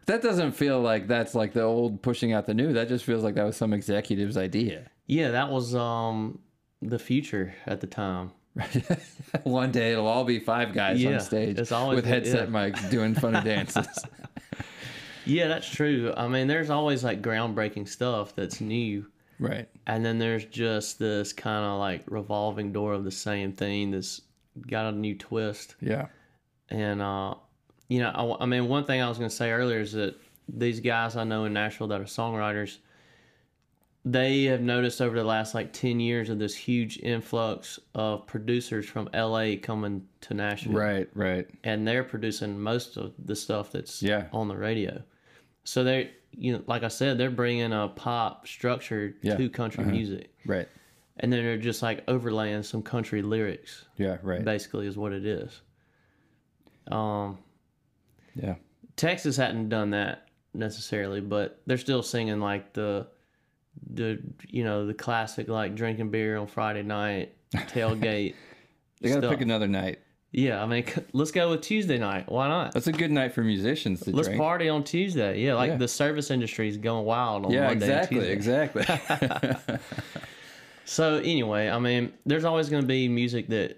S1: That doesn't feel like that's like the old pushing out the new. That just feels like that was some executive's idea.
S3: Yeah, that was um the future at the time.
S1: One day it'll all be five guys
S3: Yeah,
S1: on stage
S3: it's always
S1: with
S3: been-
S1: headset mics doing funny dances.
S3: Yeah, that's true. I mean, there's always like groundbreaking stuff that's new,
S1: right.
S3: and then there's just this kind of like revolving door of the same thing that's got a new twist.
S1: Yeah.
S3: And uh, you know, I, I mean, one thing I was gonna say earlier is that these guys I know in Nashville that are songwriters, they have noticed over the last like ten years of this huge influx of producers from LA coming to Nashville.
S1: Right. Right.
S3: and they're producing most of the stuff that's
S1: Yeah.
S3: on the radio. So they, you know, like I said, they're bringing a pop structure
S1: Yeah. Uh-huh.
S3: to country music,
S1: Right.
S3: and then they're just like overlaying some country lyrics.
S1: Yeah. Right.
S3: Basically, is what it is. Um,
S1: yeah.
S3: Texas hadn't done that necessarily, but they're still singing like the, the you know the classic like drinking beer on Friday night tailgate.
S1: They got to
S3: stuff.
S1: pick another night.
S3: yeah, I mean, let's go with Tuesday night. Why not?
S1: That's a good night for musicians to
S3: Let's
S1: drink.
S3: party on Tuesday. Yeah, like
S1: Yeah.
S3: the service industry is going wild on
S1: yeah.
S3: Monday and
S1: Exactly.
S3: Tuesday.
S1: Exactly.
S3: So anyway, I mean, there's always going to be music that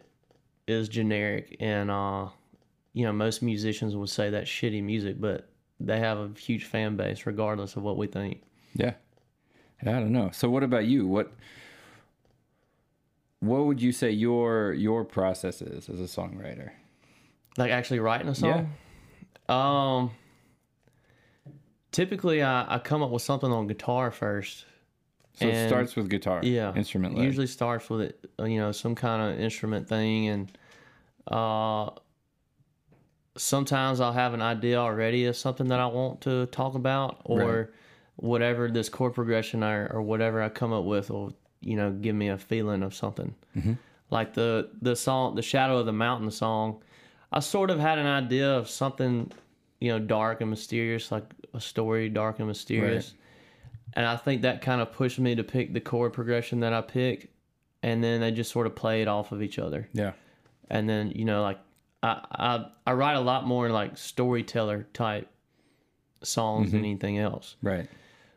S3: is generic, and uh, you know, most musicians would say that's shitty music, but they have a huge fan base regardless of what we think.
S1: yeah. Yeah, I don't know. So what about you? What What would you say your your process is as a songwriter?
S3: Like actually writing a song. Um. Typically, I, I come up with something on guitar first.
S1: So it
S3: And-
S1: starts with guitar.
S3: yeah
S1: Instrument.
S3: it
S1: led.
S3: usually starts with it uh, you know some kind of instrument thing and uh sometimes i'll have an idea already of something that i want to talk about or whatever this chord progression or, or whatever i come up with will you know give me a feeling of something
S1: Mm-hmm.
S3: like the the song the shadow of the mountain song i sort of had an idea of something you know dark and mysterious like a story dark and mysterious and I think that kind of pushed me to pick the chord progression that I pick, and then they just sort of played off of each other.
S1: Yeah.
S3: And then you know, like I I, I write a lot more like storyteller type songs than anything else.
S1: Right.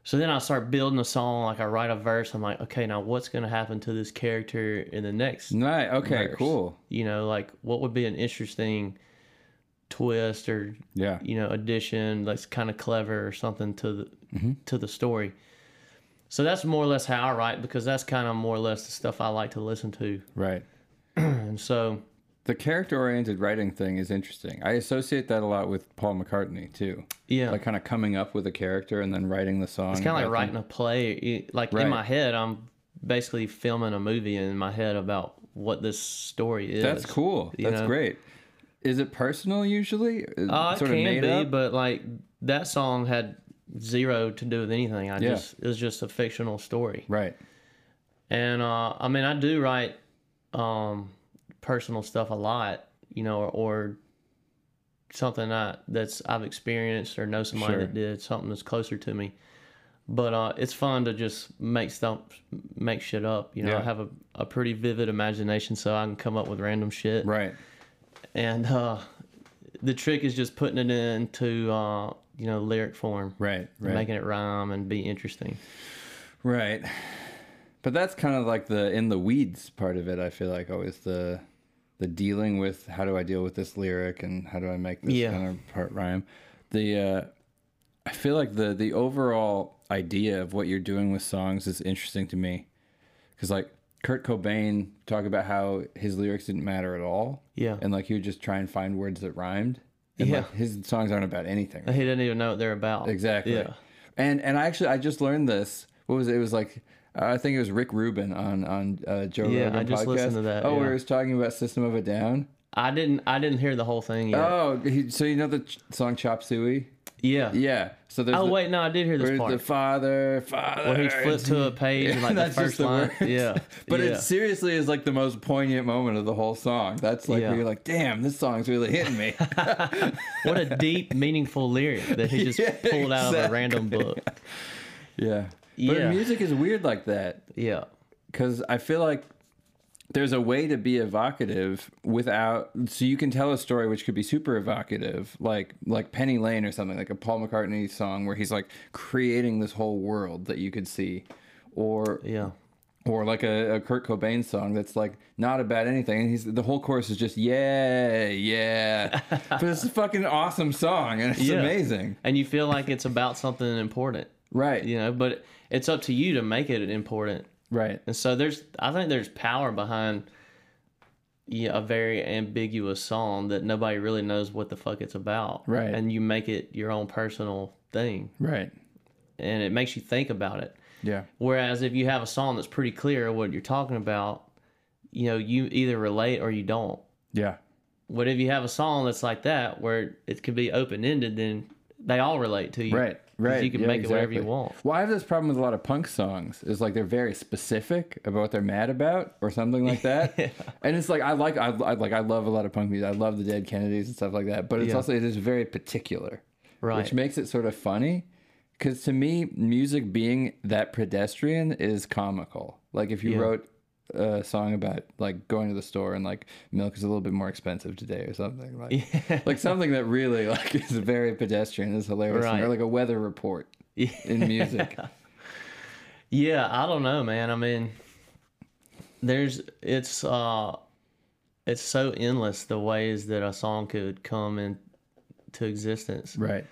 S3: So then I start building a song. Like I write a verse. I'm like, okay, now what's gonna happen to this character in the next?
S1: Nice. Okay.
S3: verse?
S1: Cool.
S3: You know, like what would be an interesting twist or
S1: Yeah.
S3: you know addition that's kind of clever or something to the
S1: Mm-hmm.
S3: to the story so that's more or less how i write because that's kind of more or less the stuff i like to listen to
S1: Right.
S3: and so
S1: The character-oriented writing thing is interesting. I associate that a lot with Paul McCartney too.
S3: yeah
S1: Like kind of coming up with a character and then writing the song.
S3: it's kind of
S1: I
S3: like
S1: think-
S3: writing a play You- like
S1: Right.
S3: in my head i'm basically filming a movie in my head about what this story is
S1: That's cool.
S3: you
S1: That's
S3: know?
S1: great. Is it personal usually? Is
S3: Uh,
S1: it
S3: it can be, but like that song had zero to do with anything. I
S1: Yeah.
S3: just it was just a fictional story.
S1: right.
S3: And uh, I mean, I do write um, personal stuff a lot, you know, or, or something I, that's I've experienced or know somebody
S1: Sure.
S3: that did something that's closer to me. But uh, it's fun to just make stuff, make shit up. You know,
S1: Yeah.
S3: I have a, a pretty vivid imagination, so I can come up with random shit.
S1: Right.
S3: And uh, the trick is just putting it into uh, you know lyric form,
S1: Right.
S3: and
S1: Right.
S3: making it rhyme and be interesting.
S1: Right. But that's kind of like the in the weeds part of it, I feel like always the the dealing with how do I deal with this lyric and how do I make this
S3: Yeah.
S1: kind of part rhyme. The uh I feel like the the overall idea of what you're doing with songs is interesting to me. Cuz like Kurt Cobain talked about how his lyrics didn't matter at all.
S3: Yeah.
S1: And like he would just try and find words that rhymed. And like,
S3: Yeah.
S1: his songs aren't about anything.
S3: He doesn't even know what they're about.
S1: Exactly.
S3: Yeah.
S1: And and I actually I just learned this. What was it? It was like I think it was Rick Rubin on on uh, Joe
S3: Yeah,
S1: Rogan
S3: I just
S1: podcast.
S3: listened to that,
S1: Oh, where
S3: yeah.
S1: he was talking about System of a Down.
S3: I didn't. I didn't hear the whole thing yet.
S1: Oh, he, so you know the ch- song Chop Suey?
S3: yeah.
S1: Yeah. So there's
S3: Oh
S1: the,
S3: wait, no, I did hear this
S1: where's
S3: part.
S1: the father, father.
S3: Where he flipped to a page and like the
S1: That's just
S3: first
S1: the
S3: line.
S1: words.
S3: Yeah.
S1: But
S3: yeah.
S1: it seriously is like the most poignant moment of the whole song. That's like
S3: Yeah.
S1: where you're like, damn, this song's really hitting me.
S3: what a deep, meaningful lyric that he just
S1: Yeah,
S3: pulled out of a random book.
S1: yeah. But
S3: Yeah.
S1: music is weird like that.
S3: Yeah.
S1: because I feel like there's a way to be evocative without so you can tell a story which could be super evocative like like penny lane or something like a paul mccartney song where he's like creating this whole world that you could see or
S3: Yeah.
S1: or like a, a kurt cobain song that's like not about anything and he's the whole chorus is just yeah yeah but it's a fucking awesome song and it's
S3: Yeah.
S1: amazing
S3: And you feel like it's about something important,
S1: right
S3: you know, but it's up to you to make it important.
S1: right
S3: And so there's, I think there's power behind yeah, a very ambiguous song that nobody really knows what the fuck it's about.
S1: Right.
S3: And you make it your own personal thing
S1: right
S3: and it makes you think about it.
S1: yeah
S3: Whereas if you have a song that's pretty clear what you're talking about, you know, you either relate or you don't.
S1: yeah
S3: But if you have a song that's like that where it could be open ended, then they all relate to you.
S1: Right,
S3: 'Cause
S1: right.
S3: You can
S1: yeah,
S3: make it whatever you
S1: exactly.
S3: want.
S1: Well, I have this problem with a lot of punk songs. Is like they're very specific about what they're mad about or something like that. And it's like I like I, I like I love a lot of punk music. I love the Dead Kennedys and stuff like that. But it's
S3: Yeah.
S1: also it is very particular,
S3: Right.
S1: which makes it sort of funny. Because to me, music being that pedestrian is comical. Like if you
S3: Yeah.
S1: wrote a song about like going to the store and like milk is a little bit more expensive today or something like like something that really like is very pedestrian is hilarious
S3: Right.
S1: or like a weather report in music
S3: yeah, I don't know, man. I mean, there's, it's, uh, it's so endless the ways that a song could come into existence.
S1: right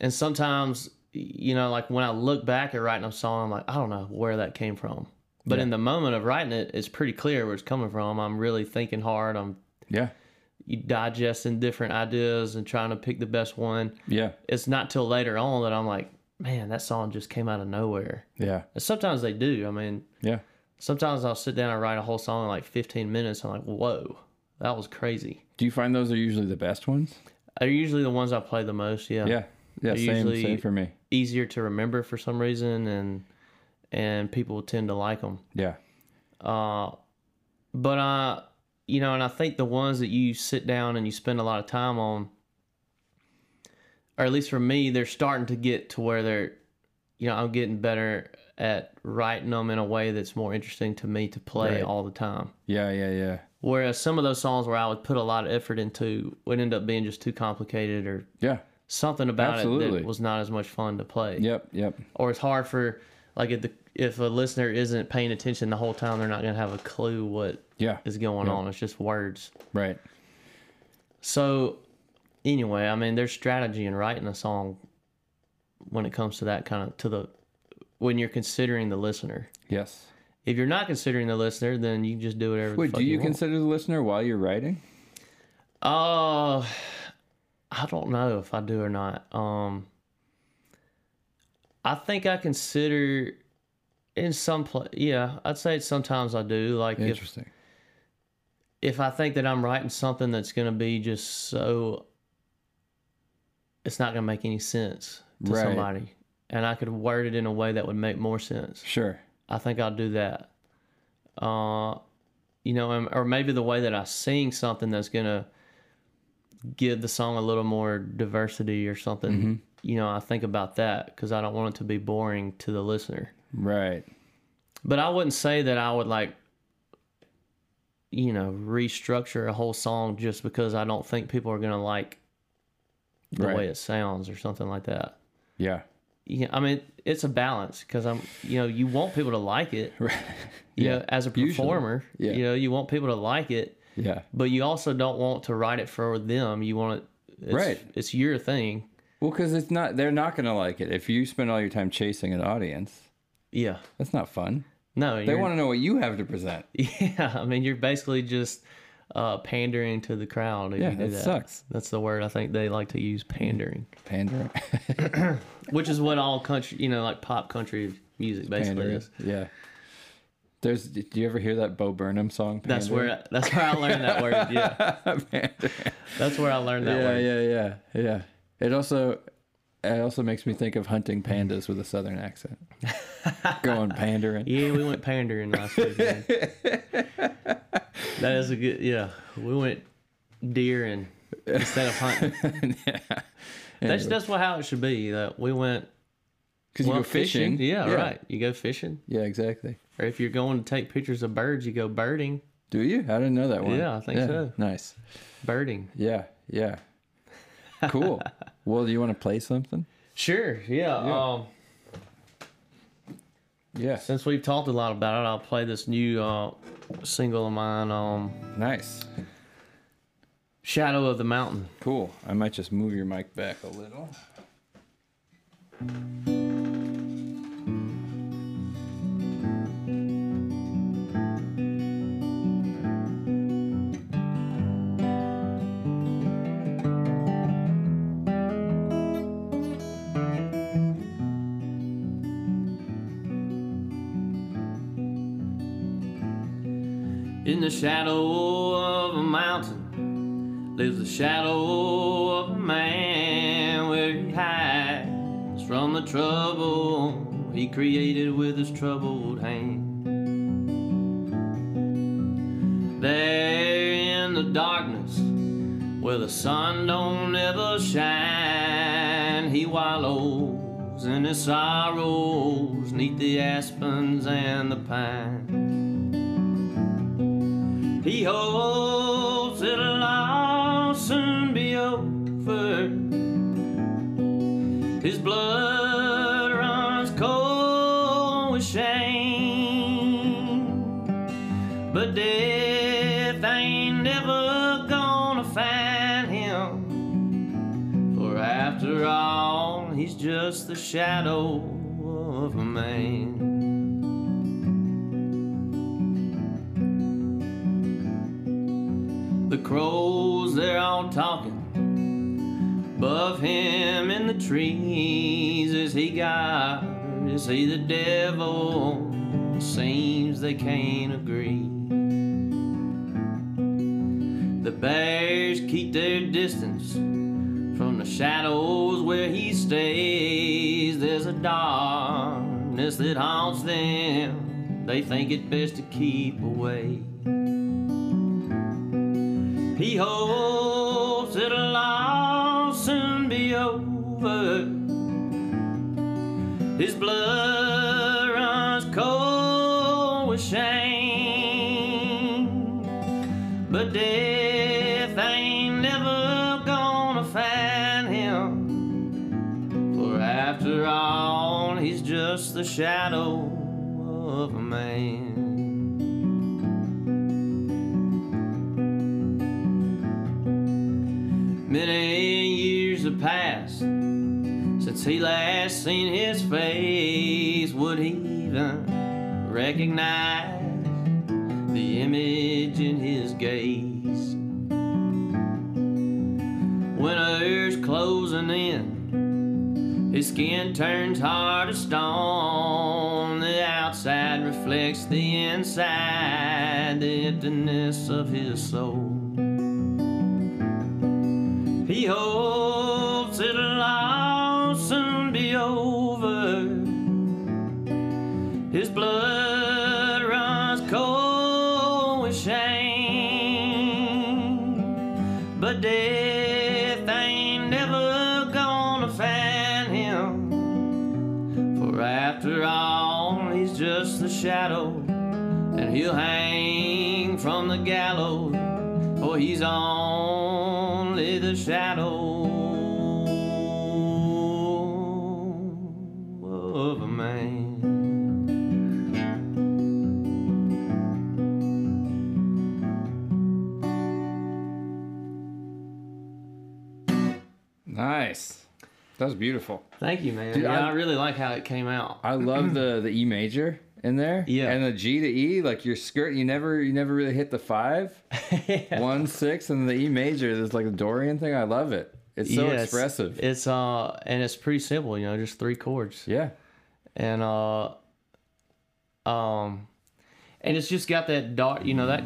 S3: and sometimes you know like when i look back at writing a song i'm like i don't know where that came from but in the moment of writing it it's pretty clear where it's coming from i'm really thinking hard i'm
S1: yeah
S3: digesting different ideas and trying to pick the best one
S1: yeah
S3: it's not till later on that i'm like man that song just came out of nowhere
S1: yeah
S3: and sometimes they do i mean
S1: yeah
S3: sometimes i'll sit down and write a whole song in like 15 minutes i'm like whoa that was crazy
S1: do you find those are usually the best ones
S3: they're usually the ones i play the most yeah
S1: yeah yeah
S3: They're
S1: same
S3: usually-
S1: same for me
S3: easier to remember for some reason and and people tend to like them
S1: yeah
S3: uh but uh you know and i think the ones that you sit down and you spend a lot of time on or at least for me they're starting to get to where they're you know i'm getting better at writing them in a way that's more interesting to me to play
S1: Right.
S3: all the time
S1: yeah yeah yeah
S3: whereas some of those songs where i would put a lot of effort into would end up being just too complicated or
S1: yeah
S3: something about it
S1: Absolutely.
S3: that was not as much fun to play
S1: yep yep
S3: or it's hard for like if the if a listener isn't paying attention the whole time they're not gonna have a clue what
S1: yeah
S3: is going on it's just words
S1: right
S3: so anyway i mean there's strategy in writing a song when it comes to that kind of to the when you're considering the listener
S1: yes
S3: if you're not considering the listener then you can just do whatever
S1: wait
S3: the fuck
S1: do you
S3: want.
S1: consider the listener while you're writing
S3: Uh, I don't know if I do or not. Um, I think I consider in some place. Yeah, I'd say sometimes I do. Like if
S1: interesting
S3: if I think that I'm writing something that's going to be just so, it's not going to make any sense to
S1: Right.
S3: somebody, and I could word it in a way that would make more sense.
S1: Sure.
S3: I think I'll do that. Uh, you know, um, or maybe the way that I sing something that's gonna give the song a little more diversity or something. You know, I think about that because I don't want it to be boring to the listener.
S1: Right.
S3: But I wouldn't say that I would like, you know, restructure a whole song just because I don't think people are gonna like the
S1: Right.
S3: way it sounds or something like that.
S1: Yeah.
S3: Yeah, I mean, it's a balance because I'm, you know, you want people to like it.
S1: Right.
S3: You know, as a performer,
S1: Yeah.
S3: you know, you want people to like it,
S1: Yeah.
S3: but you also don't want to write it for them. You want it, it's,
S1: Right.
S3: It's your thing.
S1: Well, because it's not, they're not going to like it. If you spend all your time chasing an audience,
S3: Yeah.
S1: that's not fun.
S3: No,
S1: They
S3: you're-
S1: want to know what you have to present.
S3: Yeah, I mean, you're basically just uh, pandering to the crowd. If
S1: Yeah,
S3: you do
S1: that sucks.
S3: That's the word I think they like to use, pandering,
S1: Pandering.
S3: which is what all country, you know, like pop country music basically
S1: Pandering.
S3: is.
S1: Yeah. There's, do you ever hear that Bo Burnham song?
S3: That's
S1: Pandering?
S3: where that's where I learned that word. Yeah, that's where I learned that
S1: yeah,
S3: word.
S1: yeah, yeah, yeah. It also it also makes me think of hunting pandas with a southern accent. Going pandering.
S3: Yeah, we went pandering last week. man. that is a good. Yeah, we went deer and instead of hunting. That's that's what, how it should be. That we went
S1: Because
S3: well,
S1: you go fishing.
S3: Yeah, right. You go fishing,
S1: Yeah, exactly.
S3: or if you're going to take pictures of birds, you go birding.
S1: Do you? I didn't know that one.
S3: Yeah, I think so.
S1: Nice.
S3: Birding.
S1: Yeah, yeah. Cool. well, do you want to play something?
S3: Sure. Yeah. Um,
S1: Yeah.
S3: since we've talked a lot about it, I'll play this new uh, single of mine, um,
S1: Nice.
S3: "Shadow of the Mountain."
S1: Cool. I might just move your mic back a little.
S3: In the shadow of a mountain lives the shadow of a man where he hides from the trouble he created with his troubled hand. There in the darkness where the sun don't ever shine, he wallows in his sorrows neath the aspens and the pines. He hopes it'll all soon be over. His blood runs cold with shame. But death ain't never gonna find him. For after all, he's just the shadow of a man. The crows, they're all talking above him in the trees. Is he God? Is he the devil? Seems they can't agree. The bears keep their distance from the shadows where he stays. There's a darkness that haunts them. They think it best to keep away. He hopes it'll all soon be over. His blood runs cold with shame. But death ain't never gonna find him. For after all, he's just the shadow of a man. Many years have passed since he last seen his face. Would he even recognize the image in his gaze? Winter's closing in. His skin turns hard as stone. The outside outside reflects the inside, the emptiness of his soul. He hopes it'll all soon be over. His blood runs cold with shame, but death ain't never gonna find him. For after all, he's just a shadow, and he'll hang from the gallows, for he's only the shadow of a man.
S1: Nice. That was beautiful.
S3: Thank you, man.
S1: Dude,
S3: yeah,
S1: I-
S3: I really like how it came out.
S1: I love the the E major in there.
S3: Yeah.
S1: And the G to E, like your skirt, you never you never really hit the five, one six, and the E major. There's like a Dorian thing. I love it. It's so
S3: Yeah, it's-
S1: expressive.
S3: It's, uh and it's pretty simple, you know, just three chords.
S1: yeah.
S3: And uh um and it's just got that dark, you know, that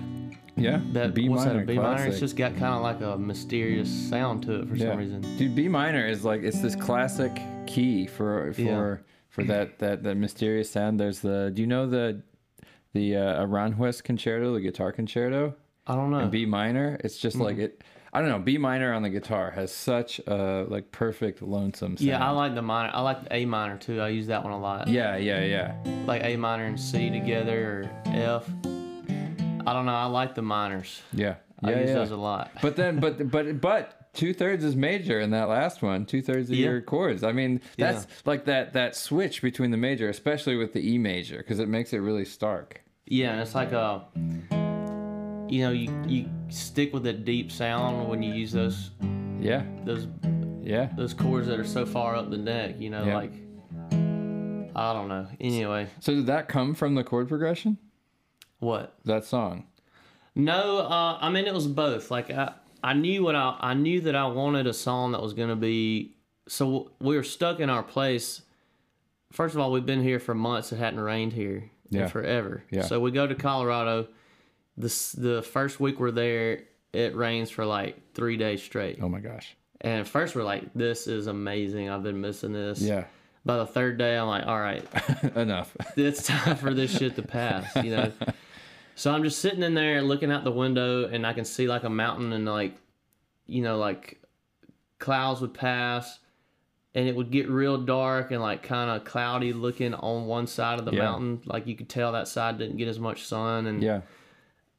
S1: Yeah.
S3: that what's that, a B minor? It's
S1: classic. Mm-hmm.
S3: just got kind of like a mysterious sound to it for
S1: Yeah.
S3: some reason.
S1: Dude, B minor is like it's this classic key for for
S3: Yeah.
S1: for that that that mysterious sound. There's the do you know the the uh, Aranjuez concerto, the guitar concerto
S3: I don't know.
S1: in B minor? It's just
S3: Mm-hmm.
S1: like it. I don't know. B minor on the guitar has such a like perfect lonesome. Sound.
S3: yeah, I like the minor. I like the A minor too. I use that one a lot.
S1: yeah, yeah, yeah.
S3: Like A minor and C together or F. I don't know. I like the minors.
S1: Yeah.
S3: I
S1: Yeah.
S3: use
S1: yeah.
S3: those a lot.
S1: But then, but but but two thirds is major in that last one. Two thirds of
S3: Yeah.
S1: your chords. I mean, that's like that that switch between the major, especially with the E major, because it makes it really stark.
S3: Yeah, and it's like a, you know, you you stick with a deep sound when you use those
S1: Yeah,
S3: those
S1: yeah.
S3: those chords that are so far up the neck. You know,
S1: Yeah.
S3: like I don't know. Anyway,
S1: So did that come from the chord progression?
S3: what?
S1: That song.
S3: No, uh, I mean it was both. Like I, I knew what I, I knew that I wanted a song that was gonna be. So we were stuck in our place. First of all, we've been here for months. It hadn't rained here
S1: Yeah.
S3: in forever.
S1: Yeah.
S3: So we go to Colorado. This the first week we're there, it rains for like three days straight.
S1: Oh my gosh.
S3: And at first we're like, "This is amazing. I've been missing this."
S1: Yeah.
S3: By the third day, I'm like, "All right,
S1: Enough.
S3: it's time for this shit to pass, you know. so I'm just sitting in there looking out the window and I can see like a mountain and like you know, like clouds would pass and it would get real dark and like kind of cloudy looking on one side of the
S1: Yeah.
S3: mountain. Like you could tell that side didn't get as much sun and
S1: Yeah.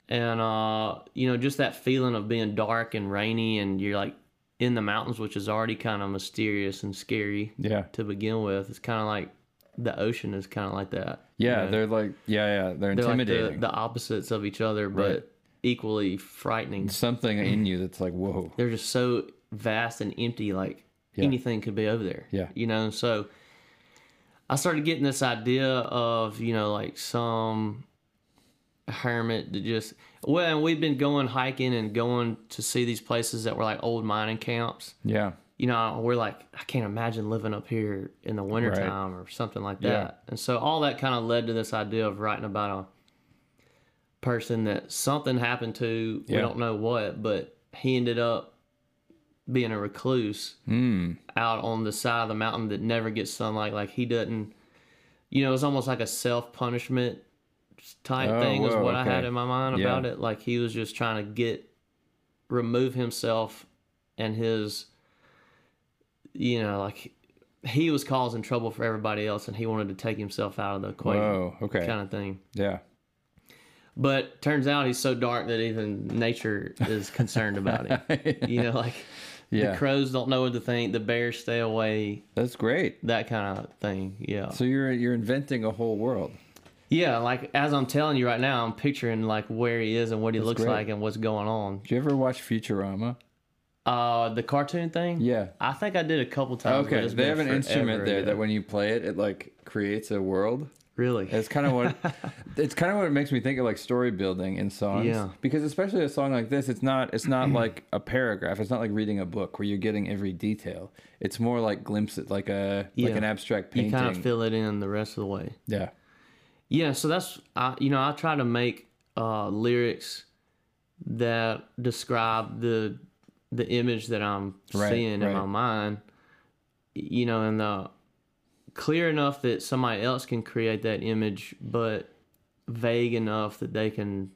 S3: and uh you know, just that feeling of being dark and rainy and you're like in the mountains, which is already kind of mysterious and scary
S1: Yeah.
S3: to begin with. It's kind of like the ocean is kind of like that.
S1: Yeah.
S3: you know?
S1: They're like yeah, yeah. They're
S3: They're like
S1: intimidating.
S3: the, the opposites of each other, but
S1: Right.
S3: equally frightening.
S1: Something in you that's like whoa.
S3: They're just so vast and empty. Like anything could be over there.
S1: Yeah.
S3: you know. So I started getting this idea of you know like some hermit that just well, and we've been going hiking and going to see these places that were like old mining camps.
S1: Yeah.
S3: You know, we're like, I can't imagine living up here in the wintertime or something like that. And so all that kind of led to this idea of writing about a person that something happened to.
S1: Yeah.
S3: We don't know what, but he ended up being a recluse
S1: Hmm.
S3: out on the side of the mountain that never gets sunlight. Like he doesn't, you know, it's almost like a self punishment type
S1: Oh,
S3: thing is
S1: whoa,
S3: what I had
S1: okay.
S3: in my mind
S1: Yeah.
S3: about it. Like he was just trying to get remove himself and his, you know, like he was causing trouble for everybody else, and he wanted to take himself out of the equation,
S1: Whoa. Okay.
S3: kind of thing.
S1: Yeah.
S3: But turns out he's so dark that even nature is concerned about it. you know, like
S1: Yeah.
S3: the crows don't know what to think, the bears stay away,
S1: that's great.
S3: that kind of thing. Yeah.
S1: So you're you're inventing a whole world.
S3: yeah, like as I'm telling you right now, I'm picturing like where he is and what he looks
S1: great.
S3: like and what's going on.
S1: Did you ever watch Futurama?
S3: Uh the cartoon thing?
S1: Yeah.
S3: I think I did a couple times. but
S1: Okay,
S3: it's
S1: they
S3: been
S1: have an
S3: forever
S1: instrument there
S3: ago.
S1: that when you play it, it like creates a world.
S3: really
S1: It's kind of what it's kind of what it makes me think of like story building in songs.
S3: Yeah.
S1: Because especially a song like this, it's not it's not like a paragraph. It's not like reading a book where you're getting every detail. It's more like glimpses, like a
S3: Yeah.
S1: like an abstract
S3: you
S1: painting.
S3: kind of fill it in the rest of the way.
S1: yeah.
S3: yeah so that's i you know i try to make uh lyrics that describe the the image that i'm
S1: Right,
S3: seeing in my
S1: right.
S3: mind you know and uh clear enough that somebody else can create that image but vague enough that they can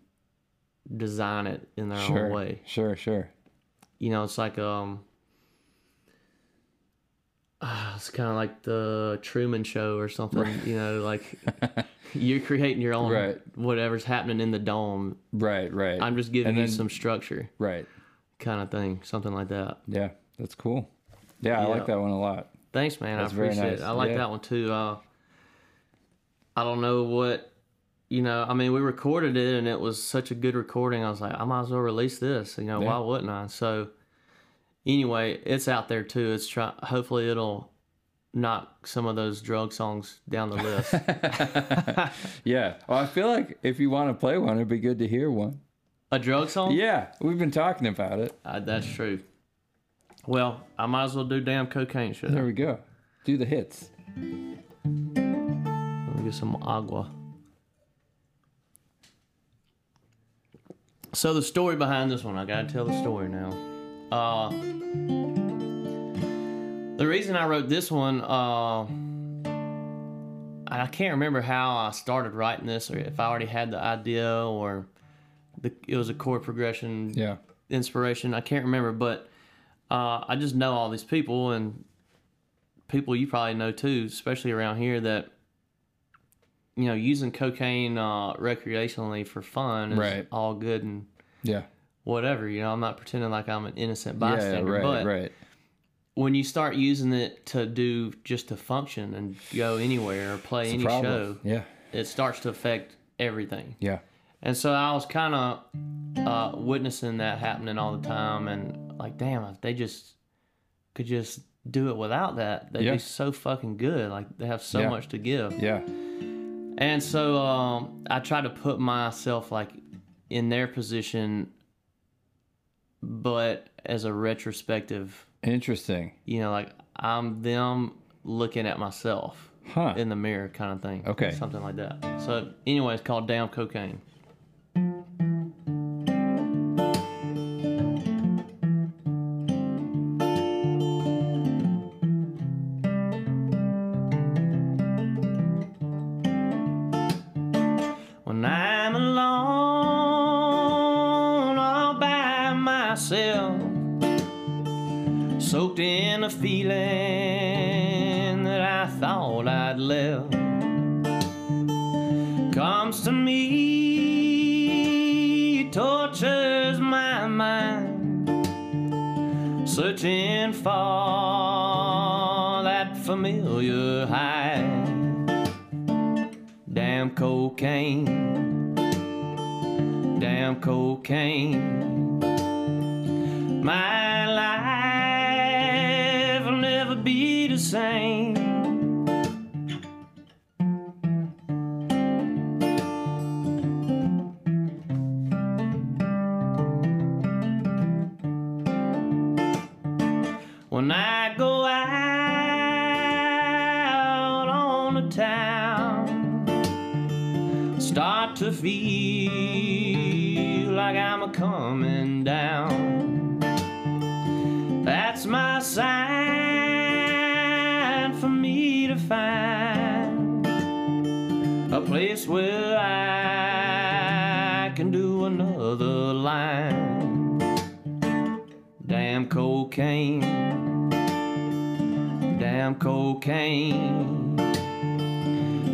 S3: design it in their
S1: Sure.
S3: own way
S1: Sure, sure.
S3: you know, it's like um, ah, it's kind of like the Truman Show or something. You know, like you're creating your own
S1: Right.
S3: whatever's happening in the dome.
S1: Right, right.
S3: I'm just giving
S1: And
S3: you
S1: then-
S3: some structure,
S1: right.
S3: kind of thing, something like that.
S1: Yeah, that's cool. Yeah, I like
S3: Yeah.
S1: that one a lot.
S3: Thanks, man.
S1: That's
S3: I
S1: very
S3: appreciate
S1: nice.
S3: it. I like
S1: Yeah.
S3: that one too. Uh, I don't know what, you know, I mean, we recorded it and it was such a good recording. I was like, I might as well release this. You know,
S1: Yeah.
S3: why wouldn't I? So, anyway, it's out there too. It's try. Hopefully, it'll knock some of those drug songs down the list.
S1: Yeah. Oh, I feel like if you want to play one, it'd be good to hear one.
S3: a drug song?
S1: Yeah, we've been talking about it.
S3: Uh, that's true. Well, I might as well do damn cocaine shit.
S1: There we go. Do the hits.
S3: Let me get some agua. So the story behind this one, I gotta tell the story now. Uh, the reason I wrote this one, uh, I can't remember how I started writing this, or if I already had the idea, or the, it was a chord progression
S1: Yeah.
S3: inspiration. I can't remember, but uh, I just know all these people and people you probably know too, especially around here that you know using cocaine uh, recreationally for fun is
S1: Right.
S3: all good and
S1: Yeah.
S3: whatever. You know, I'm not pretending like I'm an innocent
S1: Yeah,
S3: bystander,
S1: right,
S3: but
S1: right.
S3: when you start using it to do just to function and go anywhere or play any show,
S1: Problem. Yeah.
S3: it starts to affect everything.
S1: Yeah.
S3: And so I was kind of uh, witnessing that happening all the time, and like, damn, if they just could just do it without that, they'd
S1: Yeah.
S3: be so fucking good. Like they have so
S1: Yeah.
S3: much to give.
S1: Yeah.
S3: And so um, I try to put myself like in their position, but as a retrospective,
S1: Interesting.
S3: you know, like I'm them looking at myself
S1: Huh.
S3: in the mirror kind of thing.
S1: Okay.
S3: Something like that. So anyway, it's called Damn Cocaine. When I'm alone all by myself soaked in a feeling that I thought I'd left. Comes to me, tortures my mind, searching for that familiar high. Damn cocaine, damn cocaine. My life will never be the same. When I go out on the town, start to feel like I'm a coming down. That's my sign for me to find a place where I can do another line. Damn cocaine, damn cocaine.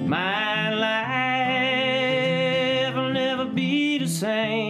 S3: My life will never be the same.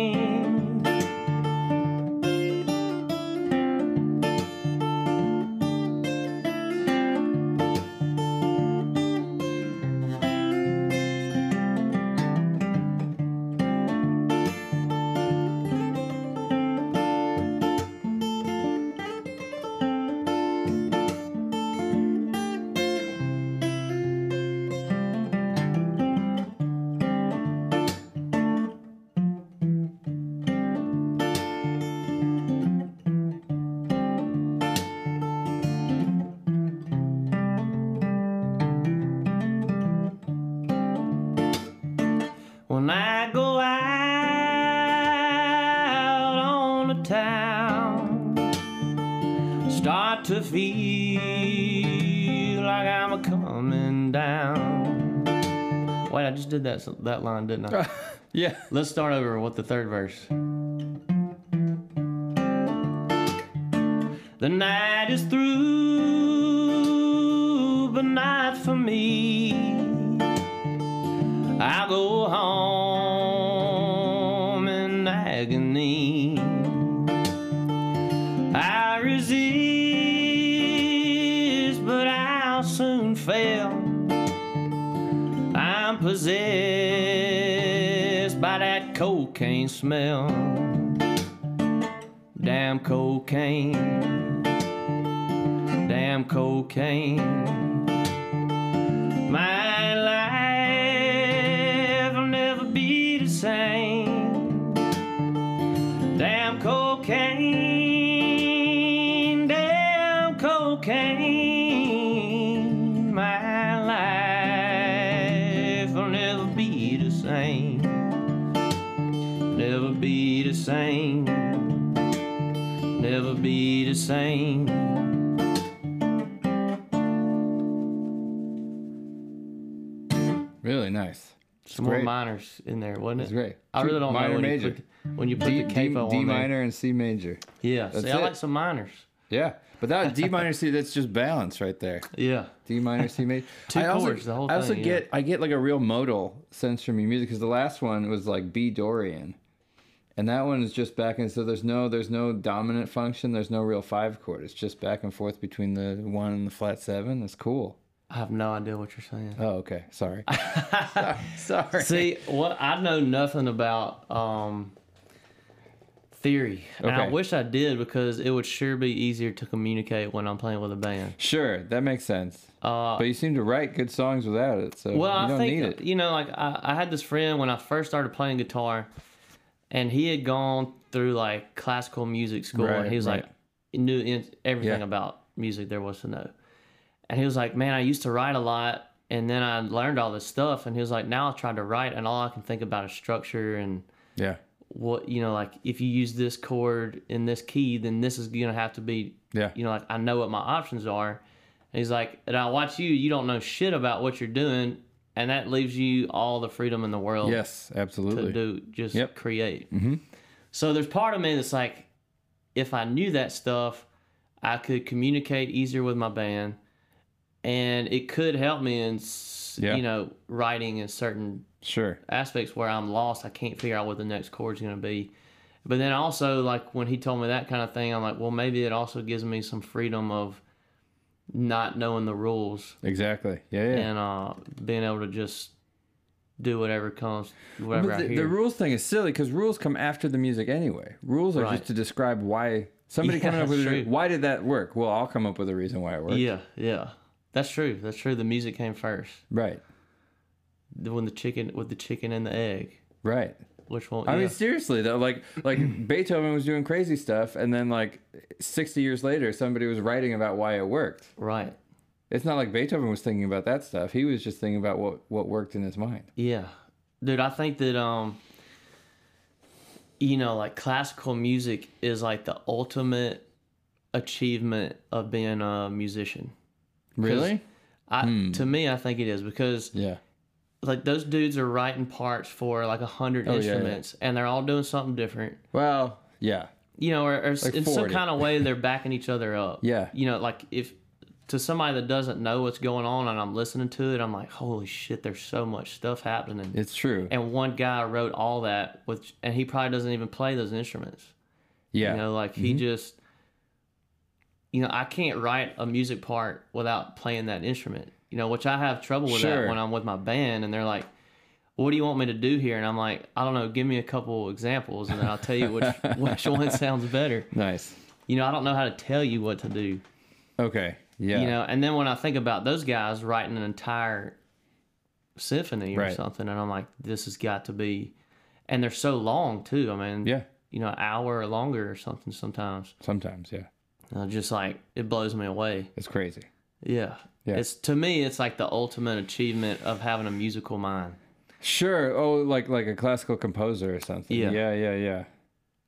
S3: start to feel like I'm a coming down. Wait, I just did that that line, didn't I?
S1: Yeah.
S3: Let's start over with the third verse. The night is through, but not for me. I go home in agony. I resist, but I'll soon fail. I'm possessed by that cocaine smell. Damn cocaine. Damn cocaine. My life will never be the same. Damn cocaine. Damn cocaine. My life will never be the same. Never be the same. Never be the same.
S1: Really nice.
S3: Some more
S1: great.
S3: minors in there, wasn't it?
S1: It's great.
S3: I really don't
S1: Minor,
S3: know when
S1: major.
S3: you put, when you put
S1: D,
S3: the
S1: D,
S3: capo
S1: D
S3: on there.
S1: minor and C major.
S3: Yeah, see,
S1: That's
S3: I
S1: it.
S3: like some minors.
S1: Yeah, but that D minor C that's just balance right there.
S3: Yeah,
S1: D minor C major.
S3: Two
S1: I also,
S3: chords, the whole
S1: I also
S3: thing, yeah.
S1: get I get like a real modal sense from your music because the last one was like B Dorian, and that one is just back and so there's no there's no dominant function. There's no real five chord. It's just back and forth between the one and the flat seven. That's cool.
S3: I have no idea what you're saying.
S1: Oh, okay. Sorry. Sorry.
S3: See, what I know nothing about um, theory, and I
S1: Okay.
S3: wish I did because it would sure be easier to communicate when I'm playing with a band.
S1: Sure, that makes sense.
S3: Uh,
S1: But you seem to write good songs without it, so
S3: well,
S1: you
S3: I
S1: don't
S3: think uh,
S1: need it.
S3: you know, like I, I had this friend when I first started playing guitar, and he had gone through like classical music school,
S1: Right,
S3: and he was
S1: right.
S3: like knew in- everything
S1: Yeah.
S3: about music there was to know. And he was like, "Man, I used to write a lot, and then I learned all this stuff." And he was like, "Now I try to write, and all I can think about is structure and."
S1: Yeah.
S3: what you know like if you use this chord in this key then this is gonna have to be
S1: Yeah.
S3: you know like i know what my options are and he's like and i watch you you don't know shit about what you're doing and that leaves you all the freedom in the world
S1: Yes,
S3: to
S1: absolutely.
S3: do just
S1: Yep.
S3: create
S1: Mm-hmm.
S3: so there's part of me that's like if i knew that stuff i could communicate easier with my band and it could help me in s
S1: Yeah.
S3: you know writing in certain
S1: Sure.
S3: aspects where I'm lost. I can't figure out what the next chord's going to be. But then also, like when he told me that kind of thing, I'm like, well, maybe it also gives me some freedom of not knowing the rules
S1: Exactly. Yeah, yeah.
S3: and uh, being able to just do whatever comes, whatever
S1: But
S3: I
S1: the,
S3: hear.
S1: the rules thing is silly because rules come after the music anyway. Rules are
S3: Right.
S1: just to describe why somebody
S3: Yeah,
S1: coming up with
S3: that's
S1: a,
S3: true.
S1: why did that work. Well, I'll come up with a reason why it worked.
S3: yeah, yeah, that's true. That's true. The music came first.
S1: Right.
S3: The- When the chicken, with the chicken and the egg,
S1: Right.
S3: which one?
S1: I
S3: yeah.
S1: mean, seriously though, like like Beethoven was doing crazy stuff, and then like sixty years later, somebody was writing about why it worked.
S3: right.
S1: It's not like Beethoven was thinking about that stuff. He was just thinking about what what worked in his mind.
S3: Yeah. Dude, I think that um you know, like classical music is like the ultimate achievement of being a musician.
S1: Really?
S3: I
S1: Hmm.
S3: to me I think it is because
S1: Yeah.
S3: like those dudes are writing parts for like a hundred
S1: Oh, yeah, yeah.
S3: instruments and they're all doing something different.
S1: Well, yeah.
S3: You know, or, or s
S1: Like
S3: in some
S1: 40.
S3: kind of way they're backing each other up.
S1: Yeah.
S3: You know, like if to somebody that doesn't know what's going on and I'm listening to it, I'm like, holy shit, there's so much stuff happening
S1: It's true.
S3: and one guy wrote all that with and he probably doesn't even play those instruments
S1: yeah. Mm-hmm.
S3: you know like he just you know i can't write a music part without playing that instrument you know which i have trouble with
S1: Sure.
S3: that when i'm with my band and they're like what do you want me to do here and i'm like i don't know give me a couple examples and then i'll tell you which which one sounds better
S1: nice.
S3: you know i don't know how to tell you what to do
S1: Okay. Yeah.
S3: you know and then when i think about those guys writing an entire symphony or
S1: Right.
S3: something and i'm like this has got to be and they're so long too i mean
S1: yeah.
S3: you know an hour or longer or something sometimes
S1: Sometimes. Yeah.
S3: and I'm just like it blows me away
S1: It's crazy.
S3: yeah
S1: Yeah.
S3: it's to me it's like the ultimate achievement of having a musical mind
S1: Sure. Oh, like like a classical composer or something.
S3: Yeah.
S1: Yeah. Yeah. Yeah.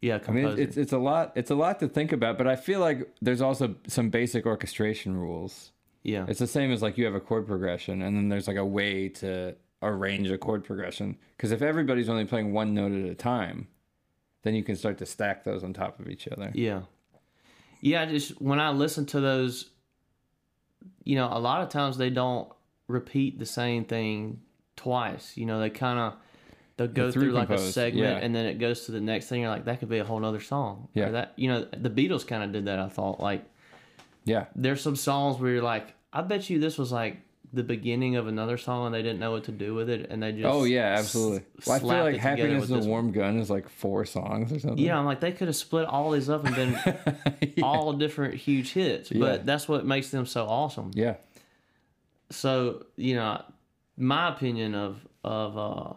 S3: yeah,
S1: I mean,
S3: composer.
S1: it's- it's it's a lot it's a lot to think about, but I feel like there's also some basic orchestration rules.
S3: yeah,
S1: It's the same as like you have a chord progression, and then there's like a way to arrange a chord progression. Because if everybody's only playing one note at a time, then you can start to stack those on top of each other.
S3: yeah, yeah. I Just when I listen to those, you know, a lot of times they don't repeat the same thing twice. You know, they kind of they'll go
S1: They're
S3: through like a
S1: three-composed,
S3: segment
S1: yeah.
S3: and then it goes to the next thing. You're like, that could be a whole nother song. Or
S1: Yeah.
S3: that you know, the Beatles kind of did that. I thought like
S1: Yeah,
S3: there's some songs where you're like, I bet you this was like the beginning of another song and they didn't know what to do with it and they just
S1: Oh yeah, absolutely.
S3: s-
S1: Well, I feel
S3: slapped
S1: like
S3: it together
S1: happiness
S3: with
S1: is a
S3: this
S1: warm gun is like four songs or something.
S3: Yeah, I'm like they could have split all these up and been all different huge hits, but
S1: Yeah.
S3: that's what makes them so awesome.
S1: yeah,
S3: So you know, my opinion of of uh,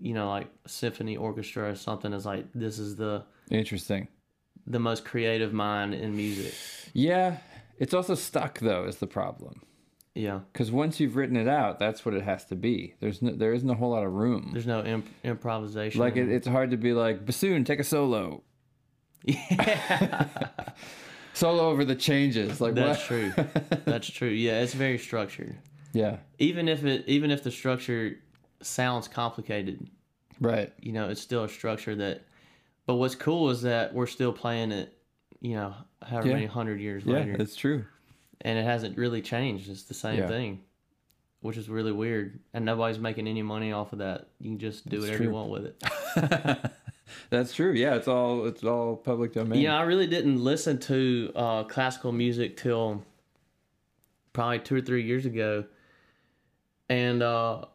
S3: you know like symphony orchestra or something is like this is the
S1: interesting.
S3: the most creative mind in music.
S1: Yeah, it's also stuck though is the problem
S3: Yeah,
S1: because once you've written it out, that's what it has to be. There's no, there isn't a whole lot of room.
S3: there's no imp- improvisation.
S1: Like it, it's hard to be like bassoon, take a solo,
S3: yeah,
S1: solo over the changes. Like
S3: that's
S1: what?
S3: true. That's true. Yeah, it's very structured.
S1: Yeah,
S3: Even if it even if the structure sounds complicated,
S1: right.
S3: you know it's still a structure that but what's cool is that we're still playing it you know however
S1: Yeah.
S3: many hundred years
S1: Yeah,
S3: later
S1: it's true.
S3: and it hasn't really changed it's the same
S1: Yeah.
S3: thing which is really weird and nobody's making any money off of that you can just do whatever you
S1: true.
S3: want with it
S1: That's true. Yeah, it's all it's all public domain.
S3: yeah i really didn't listen to uh, classical music till probably two or three years ago and uh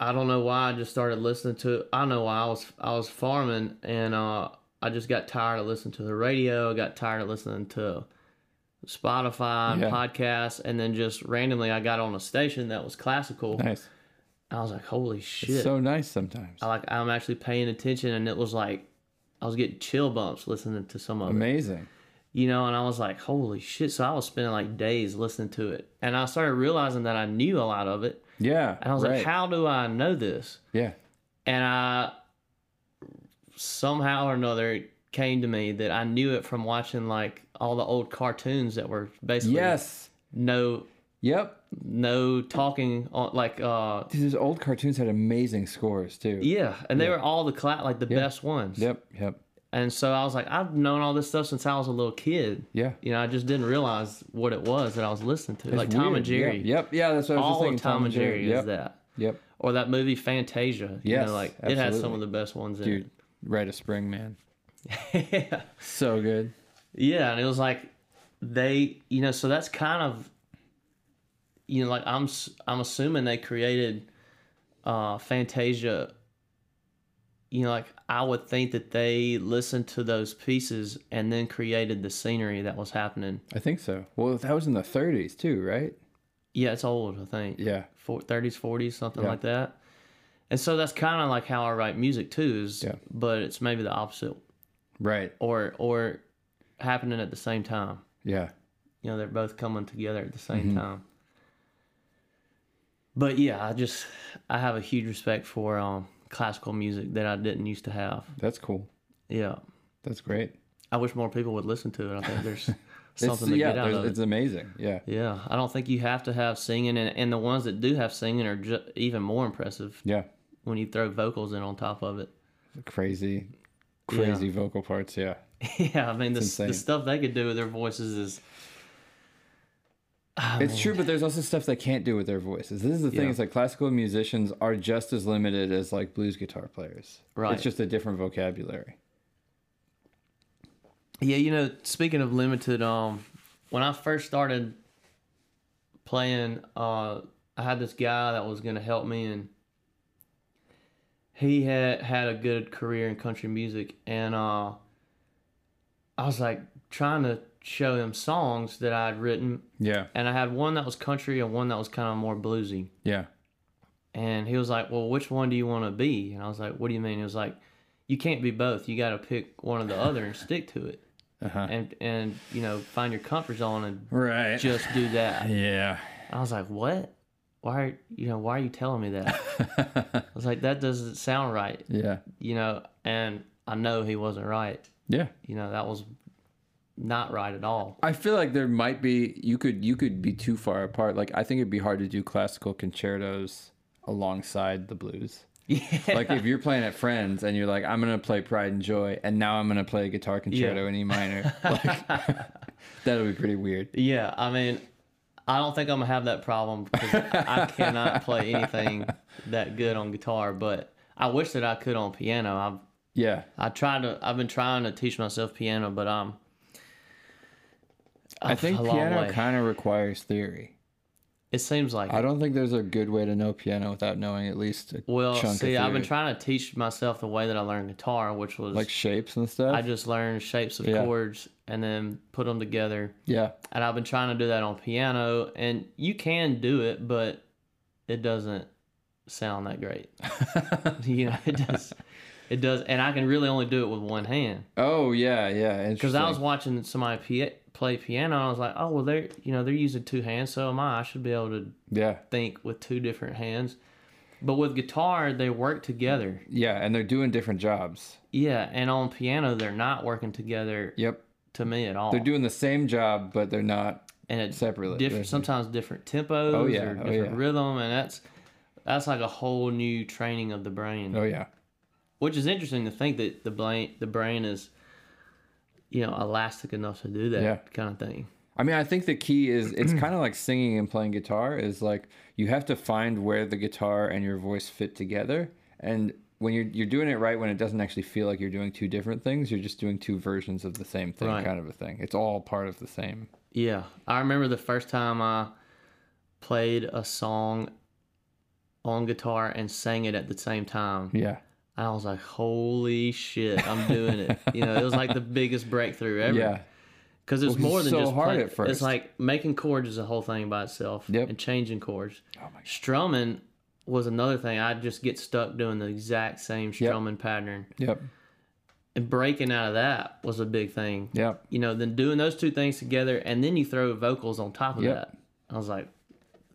S3: I don't know why I just started listening to. I know why I was I was farming and uh, I just got tired of listening to the radio. I got tired of listening to Spotify and
S1: Yeah.
S3: podcasts, and then just randomly I got on a station that was classical.
S1: nice.
S3: I was like, holy
S1: It's
S3: shit!
S1: so nice sometimes.
S3: I like I'm actually paying attention, and it was like I was getting chill bumps listening to some of it
S1: Amazing.
S3: you know, and I was like, holy shit. So I was spending like days listening to it. And I started realizing that I knew a lot of it.
S1: Yeah.
S3: And I was like,
S1: right.
S3: how do I know this?
S1: Yeah.
S3: And I somehow or another it came to me that I knew it from watching like all the old cartoons that were basically
S1: Yes.
S3: no
S1: Yep.
S3: no talking on like uh
S1: Dude, those old cartoons had amazing scores too.
S3: yeah, and they were all the cla- like the best ones.
S1: Yep. Yep.
S3: And so I was like, I've known all this stuff since I was a little kid.
S1: Yeah.
S3: You know, I just didn't realize what it was that I was listening to, like
S1: It's
S3: Tom
S1: weird.
S3: and Jerry.
S1: Yeah. Yep. Yeah. That's what I was just
S3: all of
S1: thinking.
S3: Tom and Jerry
S1: Yep.
S3: is that,
S1: Yep.
S3: or that movie Fantasia. you
S1: Yes,
S3: know, like it has some
S1: absolutely.
S3: of the best ones in
S1: Dude, Rite of Spring, man.
S3: it. yeah.
S1: So good.
S3: yeah, and it was like they, you know, so that's kind of, you know, like I'm s- I'm assuming they created uh Fantasia. You know, like I would think that they listened to those pieces and then created the scenery that was happening.
S1: I think so. Well, that was in the 30s too, right?
S3: Yeah, it's old, I think.
S1: Yeah.
S3: four, 30s, 40s, something
S1: Yeah.
S3: like that. And so that's kind of like how I write music too, is,
S1: Yeah.
S3: but it's maybe the opposite
S1: Right.
S3: or or happening at the same time.
S1: Yeah.
S3: You know, they're both coming together at the same
S1: Mm-hmm.
S3: time. But yeah, I just I have a huge respect for um classical music that I didn't used to have.
S1: That's cool.
S3: Yeah.
S1: That's great.
S3: I wish more people would listen to it. I think there's
S1: It's,
S3: something to
S1: yeah,
S3: get out
S1: there's-
S3: of it.
S1: it's amazing. Yeah.
S3: Yeah, I don't think you have to have singing, and, and the ones that do have singing are ju- even more impressive.
S1: Yeah.
S3: when you throw vocals in on top of it.
S1: Crazy,
S3: Yeah.
S1: crazy vocal parts. Yeah.
S3: yeah, I mean the,
S1: It's
S3: the
S1: insane.
S3: stuff they could do with their voices is
S1: It's true, but there's also stuff they can't do with their voices. This is the thing.
S3: Yeah.
S1: It's like classical musicians are just as limited as like blues guitar players.
S3: Right.
S1: It's just a different vocabulary.
S3: yeah. You know, speaking of limited, um, when I first started playing, uh, I had this guy that was gonna help me, and he had had a good career in country music, and uh, I was like trying to show him songs that I'd written,
S1: Yeah.
S3: and I had one that was country and one that was kind of more bluesy.
S1: Yeah.
S3: And he was like, Well, which one do you want to be? And I was like, What do you mean? He was like, You can't be both. You got to pick one or the other and stick to it.
S1: Uh-huh.
S3: And, and, you know, find your comfort zone and
S1: Right.
S3: just do that.
S1: yeah.
S3: I was like, What? Why are, you know, why are you telling me that? I was like, That doesn't sound right,
S1: Yeah.
S3: you know? And I know he wasn't right.
S1: Yeah.
S3: You know, that was not right at all.
S1: I feel like there might be you could you could be too far apart. Like I think it'd be hard to do classical concertos alongside the blues. Like if you're playing at Friends and you're like, I'm gonna play Pride and Joy, and now I'm gonna play a guitar concerto
S3: Yeah.
S1: in E minor. Like, that'll be pretty weird.
S3: Yeah, I mean, I don't think I'm gonna have that problem because I cannot play anything that good on guitar. But I wish that I could on piano. I've
S1: Yeah.
S3: I tried to. I've been trying to teach myself piano, but I'm.
S1: I think
S3: a long
S1: piano
S3: way.
S1: kind of requires theory.
S3: It seems like.
S1: I don't think there's a good way to know piano without knowing at least a
S3: well,
S1: chunk
S3: see,
S1: of
S3: I've been
S1: theory.
S3: trying to teach myself the way that I learned guitar, which was
S1: like shapes and stuff.
S3: I just learned shapes of
S1: Yeah.
S3: chords and then put them together.
S1: yeah.
S3: And I've been trying to do that on piano, and you can do it, but it doesn't sound that great. you know, it does. It does, and I can really only do it with one hand.
S1: Oh yeah, yeah.
S3: Because
S1: Because
S3: I was watching somebody pia- play piano, and I was like, oh well, they're you know they're using two hands, so am I. I should be able to
S1: yeah,
S3: think with two different hands. But with guitar, they work together.
S1: yeah, and they're doing different jobs.
S3: Yeah, and on piano, they're not working together
S1: Yep.
S3: to me at all.
S1: They're doing the same job, but they're not
S3: and it's
S1: separately.
S3: different, sometimes different tempos
S1: Oh, yeah.
S3: or
S1: Oh,
S3: different
S1: yeah.
S3: rhythm, and that's that's like a whole new training of the brain,
S1: Oh yeah.
S3: which is interesting to think that the brain the brain is you know elastic enough to do that
S1: Yeah.
S3: kind of thing.
S1: I mean, I think the key is it's kind of like singing and playing guitar is like you have to find where the guitar and your voice fit together. And when you're you're doing it right, when it doesn't actually feel like you're doing two different things, you're just doing two versions of the same thing,
S3: Right.
S1: kind of a thing. It's all part of the same.
S3: Yeah, I remember the first time I played a song on guitar and sang it at the same time.
S1: Yeah.
S3: I was like, "Holy shit, I'm doing it!" you know, it was like the biggest breakthrough ever.
S1: Yeah.
S3: because it's
S1: Well, 'cause
S3: more
S1: it's
S3: than
S1: so
S3: just
S1: hard
S3: play-
S1: at first.
S3: It's like making chords is a whole thing by itself,
S1: Yep. Oh
S3: and changing chords. Strumming was another thing. I just get stuck doing the exact same strumming pattern,
S1: Yep.
S3: and breaking out of that was a big thing.
S1: Yep.
S3: You know, then doing those two things together, and then you throw vocals on top of
S1: Yep.
S3: that. I was like,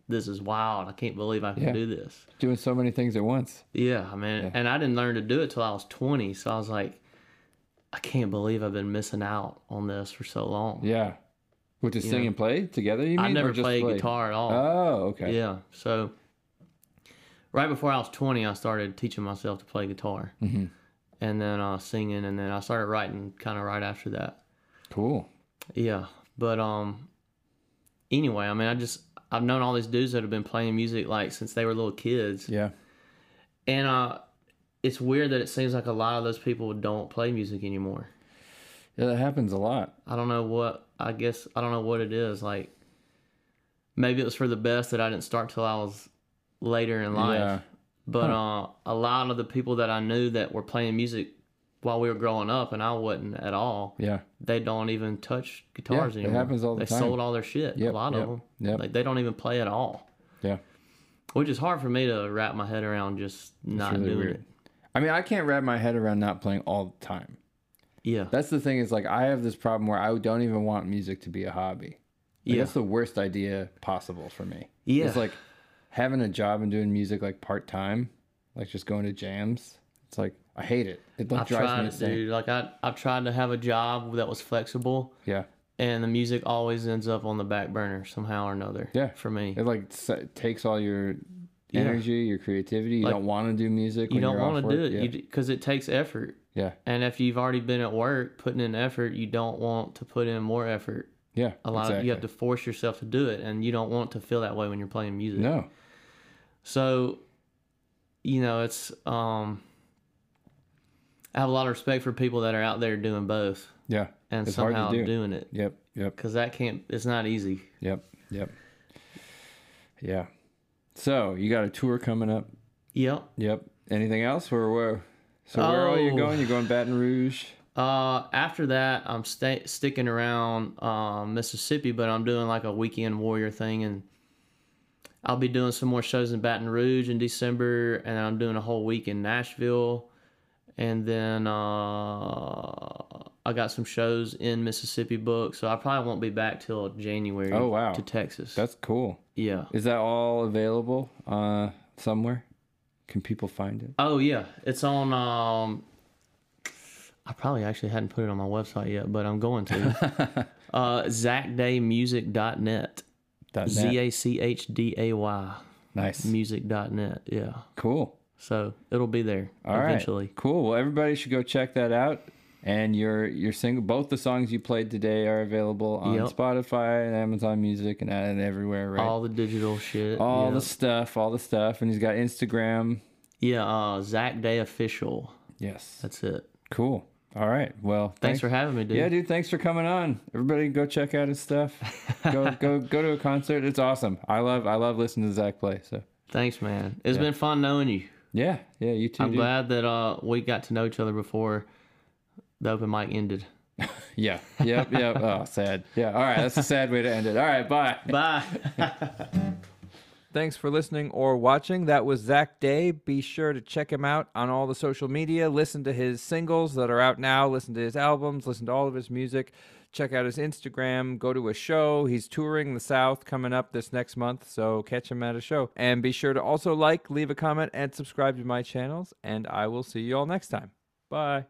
S3: "This is wild! I can't believe I can
S1: Yeah.
S3: do this."
S1: Doing so many things at once.
S3: Yeah, I mean, and I didn't learn to do it till I was 20. So I was like, I can't believe I've been missing out on this for so long.
S1: Yeah. Which is sing
S3: know,
S1: and play together? You mean?
S3: I never
S1: or just
S3: played
S1: play?
S3: guitar at all.
S1: Oh, okay.
S3: Yeah. So right before I was 20, I started teaching myself to play guitar
S1: Mm-hmm.
S3: and then uh, singing. And then I started writing kind of right after that.
S1: Cool.
S3: Yeah. But um, anyway, I mean, I just, I've known all these dudes that have been playing music like since they were little kids.
S1: Yeah.
S3: And uh, it's weird that it seems like a lot of those people don't play music anymore.
S1: Yeah, that happens a lot.
S3: I don't know what I guess I don't know what it is. Like maybe it was for the best that I didn't start till I was later in life.
S1: Yeah.
S3: But uh, a lot of the people that I knew that were playing music while we were growing up, and I wasn't at all.
S1: Yeah.
S3: They don't even touch guitars
S1: it
S3: anymore.
S1: happens all the
S3: they
S1: time.
S3: sold all their shit.
S1: Yep,
S3: a lot
S1: yep,
S3: of them.
S1: yep.
S3: Like they don't even play at all,
S1: Yeah.
S3: which is hard for me to wrap my head around. Just not
S1: really
S3: doing
S1: weird.
S3: it.
S1: I mean, I can't wrap my head around not playing all the time.
S3: Yeah.
S1: That's the thing is like I have this problem where I don't even want music to be a hobby. Like,
S3: Yeah.
S1: That's the worst idea possible for me.
S3: Yeah.
S1: It's like having a job and doing music like part time, like just going to jams. It's like I hate it. It like
S3: I've
S1: drives me
S3: tried it,
S1: insane.
S3: dude. Like I, I've tried to have a job that was flexible.
S1: Yeah.
S3: and the music always ends up on the back burner somehow or another.
S1: Yeah.
S3: for me,
S1: It like s- takes all your energy, your creativity. You
S3: Like,
S1: don't want to do music.
S3: you
S1: when
S3: don't
S1: you're off
S3: want to
S1: work.
S3: do
S1: Yeah.
S3: it because it takes effort.
S1: yeah.
S3: And if you've already been at work putting in effort, you don't want to put in more effort.
S1: Yeah.
S3: A lot of you have to force yourself to do it, and you don't want to feel that way when you're playing music.
S1: No.
S3: So, you know, it's um, I have a lot of respect for people that are out there doing both
S1: Yeah.
S3: and
S1: It's hard to
S3: somehow
S1: do.
S3: doing it
S1: Yep. Yep.
S3: because that can't. It's not easy.
S1: Yep. Yep. Yeah. So you got a tour coming up.
S3: Yep.
S1: Yep. Anything else? Or where? So where are you
S3: Oh.
S1: going? You're going Baton Rouge.
S3: Uh, after that, I'm sta sticking around um, Mississippi, but I'm doing like a weekend warrior thing, and I'll be doing some more shows in Baton Rouge in December, and I'm doing a whole week in Nashville, and then uh, I got some shows in Mississippi booked, so I probably won't be back till January.
S1: Oh, wow.
S3: to Texas.
S1: That's cool.
S3: yeah.
S1: Is that all available uh, somewhere? Can people find it?
S3: Oh yeah, it's on. Um, I probably actually hadn't put it on my website yet, but I'm going to. uh, ZachDayMusic.net.
S1: Dot net.
S3: Z A C H D A Y
S1: Nice.
S3: music.net. Yeah.
S1: Cool.
S3: So it'll be there
S1: All right.
S3: eventually.
S1: Cool. Well, everybody should go check that out. And your your single, both the songs you played today are available on
S3: Yep.
S1: Spotify and Amazon Music and, and everywhere, right?
S3: All the digital shit.
S1: All
S3: yeah.
S1: the stuff, all the stuff. And he's got Instagram.
S3: Yeah. Uh, Zach Day Official.
S1: Yes.
S3: That's it.
S1: cool. All right. Well,
S3: Thanks, for having me, dude.
S1: Yeah, dude, thanks for coming on. Everybody go check out his stuff. go go go to a concert. It's awesome. I love I love listening to Zach play. So
S3: Thanks, man. It's been fun knowing you.
S1: yeah, yeah, you too.
S3: I'm
S1: dude.
S3: glad that uh, we got to know each other before the open mic ended.
S1: Yeah. Yep, yep. oh, sad. Yeah. All right, that's a sad way to end it. All right, bye.
S3: Bye.
S4: Thanks for listening or watching. That was Zach Day. Be sure to check him out on all the social media. Listen to his singles that are out now. Listen to his albums. Listen to all of his music. Check out his Instagram. Go to a show. He's touring the South coming up this next month, so catch him at a show. And be sure to also like, leave a comment, and subscribe to my channels. And I will see you all next time. Bye.